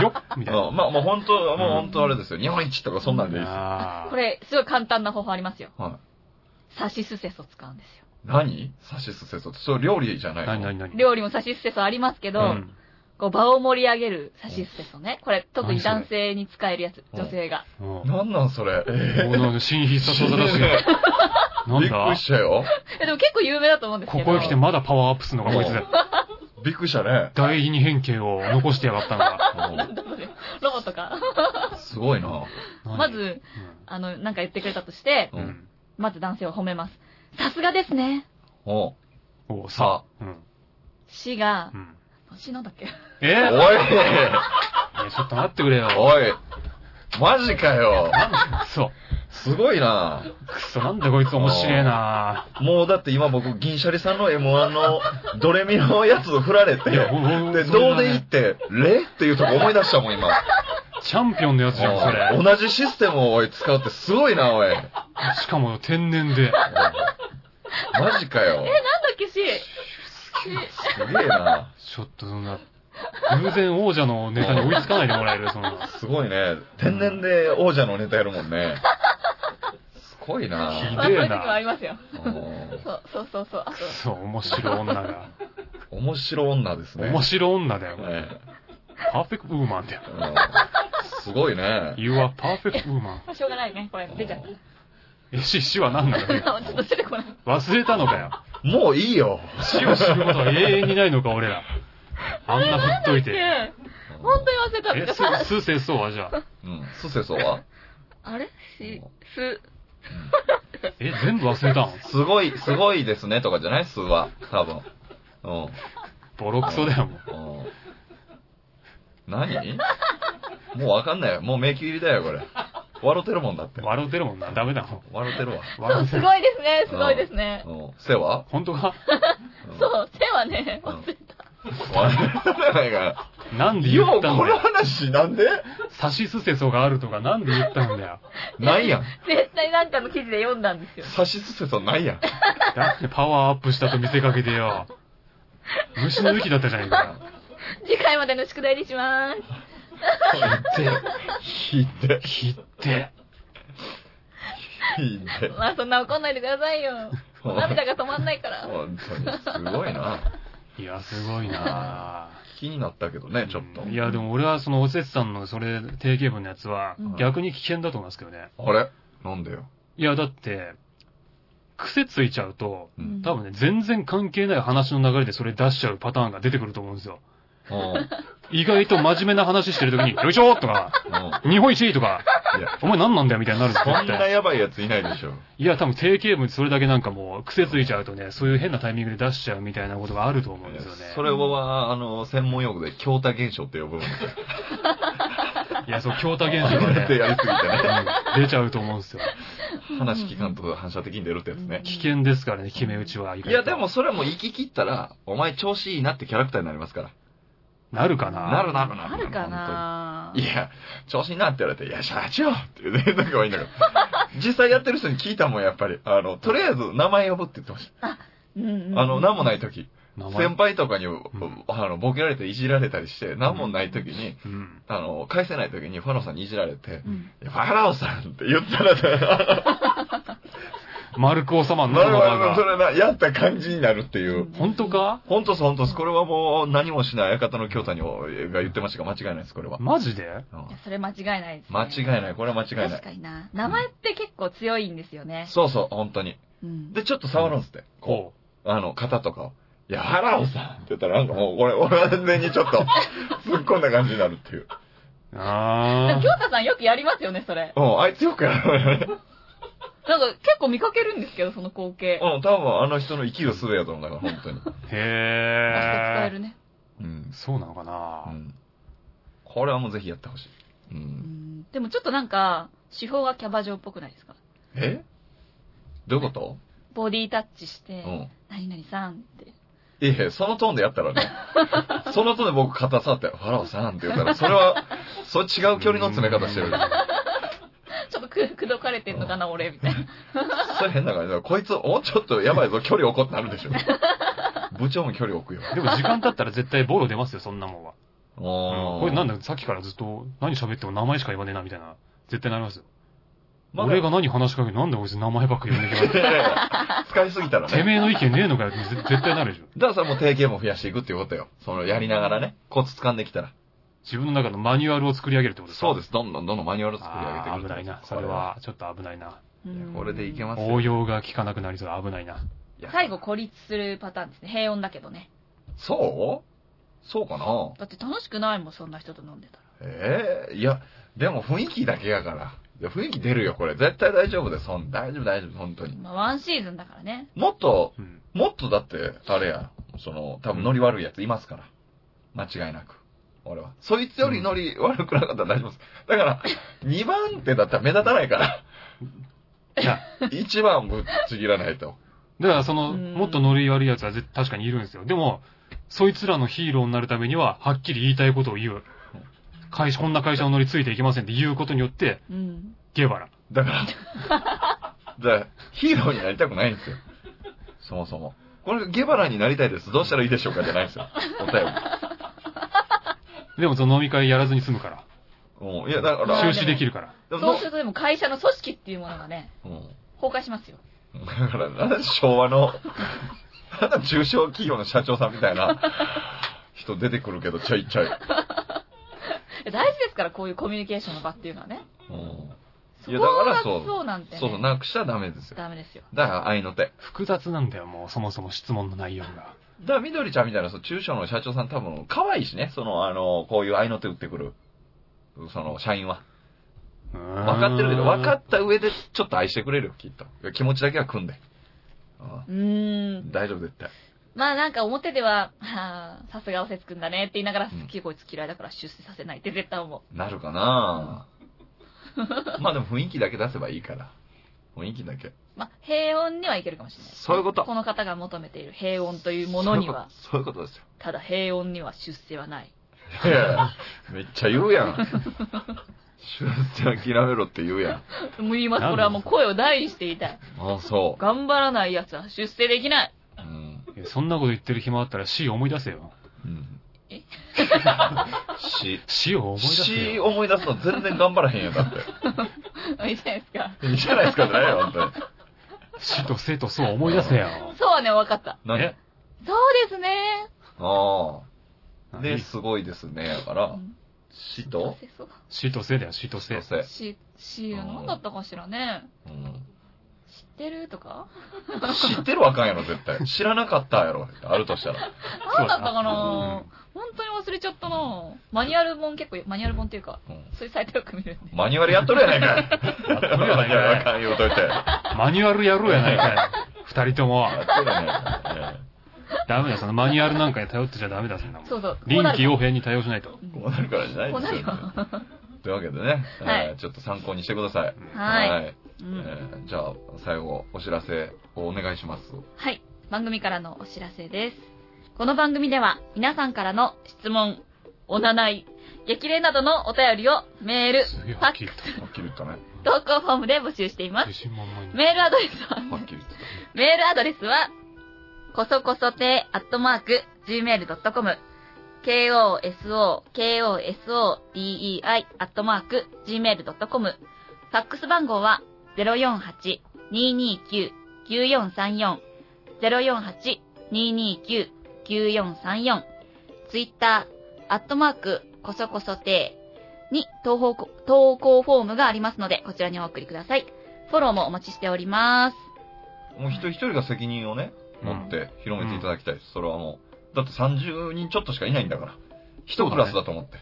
[SPEAKER 1] よっみたいな。
[SPEAKER 2] うんまあもう本当、もう本当あれですよ。日本一とかそんなんでいいです。
[SPEAKER 1] あー
[SPEAKER 3] これ、すごい簡単な方法ありますよ。
[SPEAKER 2] はい
[SPEAKER 3] サシスセソ使うんですよ。
[SPEAKER 2] 何サシスセソって。それ料理じゃないの
[SPEAKER 1] 何何何
[SPEAKER 3] 料理もサシスセソありますけど、
[SPEAKER 1] うん
[SPEAKER 3] こう場を盛り上げるサシスセソね。これ、特に男性に使えるやつ、
[SPEAKER 2] 何それ
[SPEAKER 3] 女性が。
[SPEAKER 1] うん。
[SPEAKER 2] なんなんそれ。
[SPEAKER 1] おなんか新必殺技出して る。
[SPEAKER 2] び
[SPEAKER 1] なん
[SPEAKER 2] っくり
[SPEAKER 1] だ
[SPEAKER 2] したよ。
[SPEAKER 3] え、でも結構有名だと思うんです
[SPEAKER 1] こ
[SPEAKER 3] けど。
[SPEAKER 1] こへ来てまだパワーアップするのか、こいつ。
[SPEAKER 2] びっくりしたね。
[SPEAKER 1] 第二変形を残してやがったのが。
[SPEAKER 3] なんだそれロボットか。
[SPEAKER 2] すごいな。
[SPEAKER 1] 何
[SPEAKER 3] ま、ず、あの、なんか言ってくれたとして、
[SPEAKER 1] うん。うん
[SPEAKER 3] まず男性を褒めます。さすがですね。
[SPEAKER 2] おう
[SPEAKER 1] おさあ。うん。
[SPEAKER 3] 死が
[SPEAKER 1] う、ん。
[SPEAKER 3] 死なんだっけ
[SPEAKER 1] え
[SPEAKER 2] おい
[SPEAKER 1] ーいやちょっと待ってくれよ。
[SPEAKER 2] おいマジかよ
[SPEAKER 1] くそ。
[SPEAKER 2] すごいな
[SPEAKER 1] くそ、なんだこいつ面白えな
[SPEAKER 2] もうだって今僕、銀シャリさんの M1 のドレミのやつを振られて、
[SPEAKER 1] いやおおお
[SPEAKER 2] で、
[SPEAKER 1] それ
[SPEAKER 2] どう
[SPEAKER 1] はね
[SPEAKER 2] でいいって、レっていうとこ思い出したもん、今。
[SPEAKER 1] チャンピオンのやつじゃん、そ
[SPEAKER 2] おい
[SPEAKER 1] れ。
[SPEAKER 2] 同じシステムをおい使うってすごいな、おい。おい
[SPEAKER 1] しかも天然で。
[SPEAKER 2] マジかよ。
[SPEAKER 3] なんだっけ死
[SPEAKER 2] すげえな。
[SPEAKER 1] ちょっとそんな、偶然王者のネタに追いつかないでもらえる、そんな。
[SPEAKER 2] すごいね。天然で王者のネタやるもんね。すごい
[SPEAKER 1] ひ
[SPEAKER 2] な。
[SPEAKER 3] まあ、そう
[SPEAKER 1] でえ
[SPEAKER 3] い
[SPEAKER 1] な
[SPEAKER 3] う時もありますよ。
[SPEAKER 2] うん
[SPEAKER 3] そうそうそうそう。あと
[SPEAKER 1] く、そ、面白い女が。
[SPEAKER 2] 面白女ですね。
[SPEAKER 1] 面白い女だよ。
[SPEAKER 2] ね
[SPEAKER 1] パーフェクトウーマンだよ。
[SPEAKER 2] うんすごいね。
[SPEAKER 1] You are perfect woman.
[SPEAKER 3] まあ、しょうがないね。これ、出ちゃった。
[SPEAKER 1] え、死、死は何なのよ。
[SPEAKER 3] ちょっと出てこない。
[SPEAKER 1] 忘れたのかよ。
[SPEAKER 2] もういいよ。
[SPEAKER 1] 死を知ることは永遠にないのか、俺ら。あんな振っといて。
[SPEAKER 3] ねえ本当に忘れ
[SPEAKER 1] え、
[SPEAKER 3] た。
[SPEAKER 1] す、すせそうはじゃあ。
[SPEAKER 2] うん。スセソは
[SPEAKER 3] あれし、す、
[SPEAKER 1] え、全部忘れたん
[SPEAKER 2] すごい、すごいですねとかじゃないスは。多分。うん
[SPEAKER 1] ボロクソだよ、もう。
[SPEAKER 2] うん。何もうわかんないよ。もう迷宮入りだよ、これ。笑ってるもんだって。
[SPEAKER 1] 笑うてるもんな。ダメだもん。
[SPEAKER 2] 笑ってるわ。
[SPEAKER 1] 笑うて
[SPEAKER 3] す
[SPEAKER 1] る。
[SPEAKER 3] ごいですね。すごいですね。
[SPEAKER 2] うん。背は
[SPEAKER 1] 本当か
[SPEAKER 2] うん
[SPEAKER 3] そう、背はね、
[SPEAKER 2] うん
[SPEAKER 3] 忘れた。
[SPEAKER 2] 笑ってないから。
[SPEAKER 1] なんで言
[SPEAKER 2] よ
[SPEAKER 1] ったん
[SPEAKER 2] う、
[SPEAKER 1] だ
[SPEAKER 2] この
[SPEAKER 1] よ。
[SPEAKER 2] 話なんで
[SPEAKER 1] 差しすせそがあるとか、なんで言ったんだよ。
[SPEAKER 2] ないやん。
[SPEAKER 3] 絶対なんかの記事で読んだんですよ。
[SPEAKER 2] 差しすせそないやん。
[SPEAKER 1] だってパワーアップしたと見せかけてよ。虫の息だったじゃないか。
[SPEAKER 3] 次回までの宿題にしまーす。
[SPEAKER 2] ひで、
[SPEAKER 1] 切って。
[SPEAKER 2] ひで。
[SPEAKER 3] まあそんな怒んないでくださいよ。涙が止まんないから。
[SPEAKER 2] 本当に、すごいな。
[SPEAKER 1] いや、すごいなぁ。
[SPEAKER 2] 気になったけどね、ちょっと。
[SPEAKER 1] いや、でも俺はそのおせつさんのそれ、定型文のやつは
[SPEAKER 3] うん、
[SPEAKER 1] 逆に危険だと思いますけどね。
[SPEAKER 2] あれなんでよ。
[SPEAKER 1] いや、だって、癖ついちゃうと、
[SPEAKER 2] う
[SPEAKER 3] うん
[SPEAKER 2] ん。
[SPEAKER 1] 多分ね、全然関係ない話の流れでそれ出しちゃうパターンが出てくると思うんですよ。
[SPEAKER 2] うん。うん。
[SPEAKER 1] 意外と真面目な話してる時に、よいしょとか、日本一とか、
[SPEAKER 2] い や、
[SPEAKER 1] お前何なんだよみたいになるんです
[SPEAKER 2] こ
[SPEAKER 1] よ。
[SPEAKER 2] んなやばいやついないでしょ。
[SPEAKER 1] いや、多分定型文それだけなんかもう癖ついちゃうとね、そういう変なタイミングで出しちゃうみたいなことがあると思うんですよね。
[SPEAKER 2] それは、あの、専門用語で、強多現象って呼ぶんですよ。
[SPEAKER 1] いや、そう、強多現象が
[SPEAKER 2] やって
[SPEAKER 1] ね、
[SPEAKER 2] やりすぎてね。
[SPEAKER 1] うん出ちゃうと思うんですよ。
[SPEAKER 2] 話聞かんと反射的に出るってやつね。
[SPEAKER 1] 危険ですからね、決め打ちは。い
[SPEAKER 2] いや、でも、それはもう行き切ったら、お前調子いいなってキャラクターになりますから。
[SPEAKER 1] なるかな
[SPEAKER 2] なるなるなる。
[SPEAKER 3] あるかない
[SPEAKER 2] や、調子いいなって言われて、いや、社長って言うのが多いんだけど、実際やってる人に聞いたもん、やっぱり。あの、とりあえず名前呼ぶって言ってまし
[SPEAKER 3] うんうん
[SPEAKER 2] た。あの、なんもない時。
[SPEAKER 1] 名前
[SPEAKER 2] 先輩とかに、
[SPEAKER 1] ん
[SPEAKER 2] あの、ボケられていじられたりして、なんもない時に、
[SPEAKER 1] うん。
[SPEAKER 2] あの、返せない時にファローさんにいじられて
[SPEAKER 3] う、ん
[SPEAKER 2] いやファローさんって言ったら、
[SPEAKER 1] 丸く収ま んな、
[SPEAKER 2] な
[SPEAKER 1] こ
[SPEAKER 2] る
[SPEAKER 1] の
[SPEAKER 2] ほ
[SPEAKER 1] 場
[SPEAKER 2] ど、そ
[SPEAKER 1] が。
[SPEAKER 2] れな、やった感じになるっていう。
[SPEAKER 1] 本当か
[SPEAKER 2] 本当です、本当です。これはもう何もしない館の京太におが言ってましたが間違いないです、これは。
[SPEAKER 1] マジで
[SPEAKER 2] うん
[SPEAKER 3] いやそれ間違いないです、ね。
[SPEAKER 2] 間違いない、これは間違いない。
[SPEAKER 3] 確かにな。名前って結構強いんですよね。
[SPEAKER 2] そうそう、本当に。
[SPEAKER 3] うん。
[SPEAKER 2] で、ちょっと触るんですって。こ
[SPEAKER 1] こ
[SPEAKER 2] う、あの、肩とかを。いや、原尾さんって言ったら、なんかもう、これ、俺は全然にちょっと、突っ込んだ感じになるっていう。
[SPEAKER 1] う。
[SPEAKER 3] で
[SPEAKER 1] あ
[SPEAKER 3] も京
[SPEAKER 1] ー。
[SPEAKER 3] 太さんよくやりますよね、それ。
[SPEAKER 2] うん、あいつよくやるよね。
[SPEAKER 3] なんか結構見かけるんですけど、その光景。
[SPEAKER 2] うん、多分あの人の生きる術やと思うんだから、本当に。
[SPEAKER 3] 明日使え
[SPEAKER 1] へ
[SPEAKER 3] る
[SPEAKER 1] ー。
[SPEAKER 3] ね。
[SPEAKER 2] うん。
[SPEAKER 1] そうなのか
[SPEAKER 2] う。
[SPEAKER 1] なん
[SPEAKER 2] これはもうぜひやってほしい。う。
[SPEAKER 3] うんんでもちょっとなんか、手法がキャバ嬢っぽくないですか
[SPEAKER 2] えどういうこと
[SPEAKER 3] ボディタッチして、
[SPEAKER 2] うん。
[SPEAKER 3] 何々さんって。
[SPEAKER 2] いやいや、そのトーンでやった らね、そのトーンで僕肩触って、ファラオさんって言ったら、それは、それ違う距離の詰め方してる。
[SPEAKER 3] ちょっとく、くどかれてんのかな、俺、みたいな。
[SPEAKER 2] それ変な感じだ。こいつ、おちょっとやばいぞ、距離置こうってなるでしょ。部長も距離置くよ。
[SPEAKER 1] でも時間経ったら絶対ボロ出ますよ、そんなもんは。う
[SPEAKER 2] おー
[SPEAKER 1] んこれなんださっきからずっと何喋っても名前しか言わねえな、みたいな。絶対なりますよ。
[SPEAKER 2] まだ
[SPEAKER 1] 俺が何話しかけて、なんでこいつ名前ばっかり呼んでき ま
[SPEAKER 2] いやいやいや使いすぎたら
[SPEAKER 1] すて
[SPEAKER 2] ね。
[SPEAKER 1] めえの意見ねえのかよって絶絶対なるでしょ。
[SPEAKER 2] だからそれもう定型も増やしていくっていうことよ。その、やりながらね、コツ掴んできたら。
[SPEAKER 1] 自分の中のマニュアルを作り上げるってことですか
[SPEAKER 2] そうです。どんどんどんどんマニュアル作り上げて
[SPEAKER 1] あー
[SPEAKER 2] いく
[SPEAKER 1] 危
[SPEAKER 2] る。
[SPEAKER 1] ないな。それ。は、ちょっと危ないな。
[SPEAKER 3] うん
[SPEAKER 2] これでいけますよ
[SPEAKER 1] 応用が効かなくなりそう。危ないな。
[SPEAKER 2] いや
[SPEAKER 3] 最後孤立するパターンですね。平穏だけどね。
[SPEAKER 2] そうそうかな
[SPEAKER 3] だって楽しくないもん、そんな人と飲んでたら。
[SPEAKER 2] ええいや、でも雰囲気だけやから。いや雰囲気出るよ、これ。絶対大丈夫です。ほん大丈夫、大丈夫、本当に。
[SPEAKER 3] まあ、ワンシーズンだからね。
[SPEAKER 2] もっと、
[SPEAKER 1] うん。
[SPEAKER 2] もっとだって、あれや、その、多分ノリ悪いやついますから。間違いなく。俺は。そいつよりノリ悪くなかったら大丈夫です。だから、2番手だったら目立たないから。
[SPEAKER 1] いや、
[SPEAKER 2] 1番ぶっちぎらないと。
[SPEAKER 1] だからその、
[SPEAKER 3] うん
[SPEAKER 1] もっとノリ悪い奴は絶確かにいるんですよ。でも、そいつらのヒーローになるためには、はっきり言いたいことを言う。会社、こんな会社の乗りついていけませんって言うことによって、
[SPEAKER 3] うん。
[SPEAKER 1] ゲバラ。
[SPEAKER 2] だから、だからヒーローになりたくないんですよ。そもそも。これ、ゲバラになりたいです。どうしたらいいでしょうかじゃないんですよ。お便り。
[SPEAKER 1] でもその飲み会やらずに済むから。
[SPEAKER 2] うん、いや、だか
[SPEAKER 3] あ
[SPEAKER 2] ら、
[SPEAKER 1] 中
[SPEAKER 3] 終
[SPEAKER 1] 止できるから。
[SPEAKER 2] でも
[SPEAKER 3] そうするとでも会社の組織っていうものがね、
[SPEAKER 2] うん
[SPEAKER 3] 崩壊しますよ。
[SPEAKER 2] だから、なんだ昭和の、なんだ中小企業の社長さんみたいな人出てくるけど、ちょいちょい。
[SPEAKER 3] いや大事ですから、こういうコミュニケーションの場っていうのはね。
[SPEAKER 2] うん
[SPEAKER 3] そ
[SPEAKER 2] いや
[SPEAKER 3] こ
[SPEAKER 2] だか
[SPEAKER 3] が
[SPEAKER 2] ら
[SPEAKER 3] そう
[SPEAKER 2] そう
[SPEAKER 3] なんて、ね、
[SPEAKER 2] そうそう、なくしちゃダメですよ。
[SPEAKER 3] ダメですよ。
[SPEAKER 2] だから、愛の手。だか
[SPEAKER 1] 複雑なんだよ、もう、そもそも質問の内容が。
[SPEAKER 2] ら、みどりちゃんみたいな、そう中小の社長さん多分、可愛いしね、その、あの、こういう愛の手打ってくる、その、社員は。分
[SPEAKER 1] 分
[SPEAKER 2] かってるけど、分か
[SPEAKER 1] っ
[SPEAKER 2] った上で、ちょっと愛してくれるよ、きっと。いや気持ちだけは組んで。うん
[SPEAKER 3] うーん。
[SPEAKER 2] 大丈夫、絶対。
[SPEAKER 3] まあなんか表では、はあさすがおせつくんだねって言いながら、
[SPEAKER 2] うん
[SPEAKER 3] 好きこいつ嫌いだから出世させないって絶対思う。
[SPEAKER 2] なるかなまあでも雰囲気だけ出せばいいから。雰囲気だけ。
[SPEAKER 3] まあ平穏にはいけるかもしれない。
[SPEAKER 2] そういうこと
[SPEAKER 3] この方が求めている平穏というものに は、
[SPEAKER 2] そういうことそういうことですよ。
[SPEAKER 3] ただ平穏には出世はない。
[SPEAKER 2] いやいやめっちゃ言うやん。出世諦めろって言うやん。
[SPEAKER 3] もう言います。これはもう声を大にして言いたい。
[SPEAKER 2] ああ、そ
[SPEAKER 3] 頑張らない奴は出世できない。
[SPEAKER 2] う。うん。
[SPEAKER 1] た。そんなこと言ってる暇あったら C 思い出せよ。
[SPEAKER 2] うん。
[SPEAKER 3] え
[SPEAKER 2] し、
[SPEAKER 1] C を思い出せ
[SPEAKER 2] し、
[SPEAKER 1] よ。
[SPEAKER 2] 思い出すの全然頑張らへんやん、だって。
[SPEAKER 3] いいじゃないですか。
[SPEAKER 2] いいじゃないですか、じゃないよ、本当に。
[SPEAKER 1] 死と生とそう思い出せよ。
[SPEAKER 3] そうはね、わかった。
[SPEAKER 2] 何
[SPEAKER 1] え
[SPEAKER 3] そうですね。
[SPEAKER 2] ああ。
[SPEAKER 1] 何
[SPEAKER 2] で、すごいですね、やから。死と
[SPEAKER 3] そうだ
[SPEAKER 1] 死と生だよ、死と生
[SPEAKER 2] 女。性。
[SPEAKER 3] し、し、何だったかしらね。
[SPEAKER 2] うん。
[SPEAKER 3] 知ってるとか
[SPEAKER 2] 知ってるわかんやろ、絶対。知らなかったやろ、あるとしたら。
[SPEAKER 3] 何だったかな
[SPEAKER 1] う
[SPEAKER 3] 本当に忘れちゃったなマニュアル本結構、マニュアル本っていうか、
[SPEAKER 2] うん
[SPEAKER 3] そういうサイトよく見るんで。
[SPEAKER 2] マニュアルやっとるやないかい。
[SPEAKER 1] やっとるやないかい
[SPEAKER 2] マニュアルあかん言うといて。や
[SPEAKER 1] マニュアルやろうやないかい。二人とも。
[SPEAKER 2] っとるやないかい。
[SPEAKER 1] ダメだ、そのマニュアルなんかに頼ってちゃダメだ、そんなもん。
[SPEAKER 3] そうそう。こうな
[SPEAKER 1] 臨機
[SPEAKER 3] る
[SPEAKER 1] 応変に対応しないと。
[SPEAKER 2] こうなるからじゃない
[SPEAKER 3] こ
[SPEAKER 2] で
[SPEAKER 3] う
[SPEAKER 2] す
[SPEAKER 3] な
[SPEAKER 2] よ、
[SPEAKER 3] る
[SPEAKER 2] ね
[SPEAKER 3] よ。。
[SPEAKER 2] というわけでね、
[SPEAKER 3] はい
[SPEAKER 2] えーちょっと参考にしてください。
[SPEAKER 3] はいう
[SPEAKER 2] え
[SPEAKER 3] ん
[SPEAKER 2] ーじゃあ、最後、お知らせをお願いします。
[SPEAKER 3] はい。番組からのお知らせです。この番組では皆さんからの質問、おなない、激励などのお便りをメール、
[SPEAKER 1] すげえ、
[SPEAKER 3] ファ
[SPEAKER 1] はっ
[SPEAKER 3] ッ
[SPEAKER 1] きり
[SPEAKER 3] ク
[SPEAKER 1] 言っ
[SPEAKER 2] はっきり言ったね。
[SPEAKER 3] ス、投稿フォームで募集してい
[SPEAKER 1] た。
[SPEAKER 3] ます
[SPEAKER 1] 自。信満々に。
[SPEAKER 3] メールアドレスは、
[SPEAKER 2] はっきり言ってた。
[SPEAKER 3] メールアドレスは、こそこそてアットマーク、gmail.com、koso, kosodei アットマーク、gmail.com、ファックス番号は、048-229 048-229-9434ツイッター、アットマーク、こそこそていに投稿投稿フォームがありますので、こちらにお送りください。フォローもお待ちしております。
[SPEAKER 2] もう一人一人が責任をね、持っ
[SPEAKER 1] うん
[SPEAKER 2] て広めていただきたいです。それはもう。だって30人ちょっとしかいないんだから。一クラスだと思って。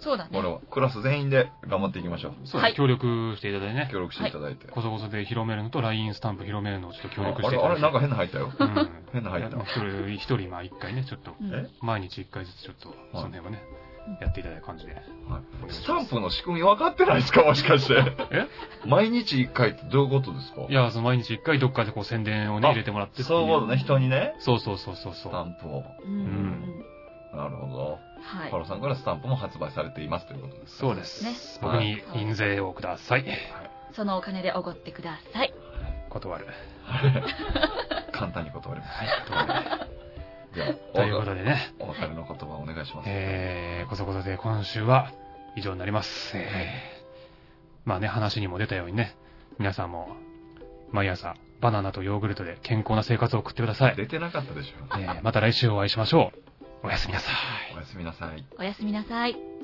[SPEAKER 3] そうだね。
[SPEAKER 2] これは。クラス全員で頑張っていきましょう。
[SPEAKER 1] そう、
[SPEAKER 3] はい
[SPEAKER 1] 協力していただいてね。
[SPEAKER 2] 協力していただいて。
[SPEAKER 1] こそこそで広めるのと LINE スタンプ広めるのをちょっと協力し
[SPEAKER 2] あ
[SPEAKER 1] て
[SPEAKER 2] れ、
[SPEAKER 1] いた
[SPEAKER 2] あ
[SPEAKER 1] だい
[SPEAKER 2] れ
[SPEAKER 1] て。
[SPEAKER 2] なんか変な入ったよ。
[SPEAKER 1] うん
[SPEAKER 2] 変な入った。
[SPEAKER 1] それ一人、まあ一回ね、ちょっと、
[SPEAKER 3] うん
[SPEAKER 2] え
[SPEAKER 1] 毎日一回ずつちょっと、その辺はね、やっていただいた感じで。お願いし
[SPEAKER 2] スタ
[SPEAKER 1] ま
[SPEAKER 2] ン
[SPEAKER 1] す
[SPEAKER 2] プの仕組み分かってないですかもしかして。
[SPEAKER 1] え
[SPEAKER 2] 毎日1回ってどういうことですか
[SPEAKER 1] い、や、その毎日一回どっかでこう宣伝をね、
[SPEAKER 2] あ
[SPEAKER 1] 入れてもらってってい
[SPEAKER 2] そういうことね、人にね、
[SPEAKER 1] そうそうそうそうそ
[SPEAKER 2] ス
[SPEAKER 1] う。
[SPEAKER 2] タンプを。
[SPEAKER 3] うんうん
[SPEAKER 2] なるほど。
[SPEAKER 3] うん。はい
[SPEAKER 2] ハ。ロさんからスタンプも発売されていますということです。
[SPEAKER 1] そうです。
[SPEAKER 3] ね
[SPEAKER 1] 僕に印税をください。
[SPEAKER 3] そのお金でおごってください。
[SPEAKER 1] 断る。
[SPEAKER 2] 簡単に断りま
[SPEAKER 1] はい、断る。
[SPEAKER 2] す。では、
[SPEAKER 1] ということでね、
[SPEAKER 2] お別れの言葉をお願いします。
[SPEAKER 1] えー、こそこそで今週は以上になります。えー、まあね、話にも出たようにね、皆さんも毎朝バナナとヨーグルトで健康な生活を送ってください。
[SPEAKER 2] 出てなかったでしょ。
[SPEAKER 1] えーまた来週お会いしましょう。おやすみなさい。
[SPEAKER 2] おやすみなさい。
[SPEAKER 3] おやすみなさい。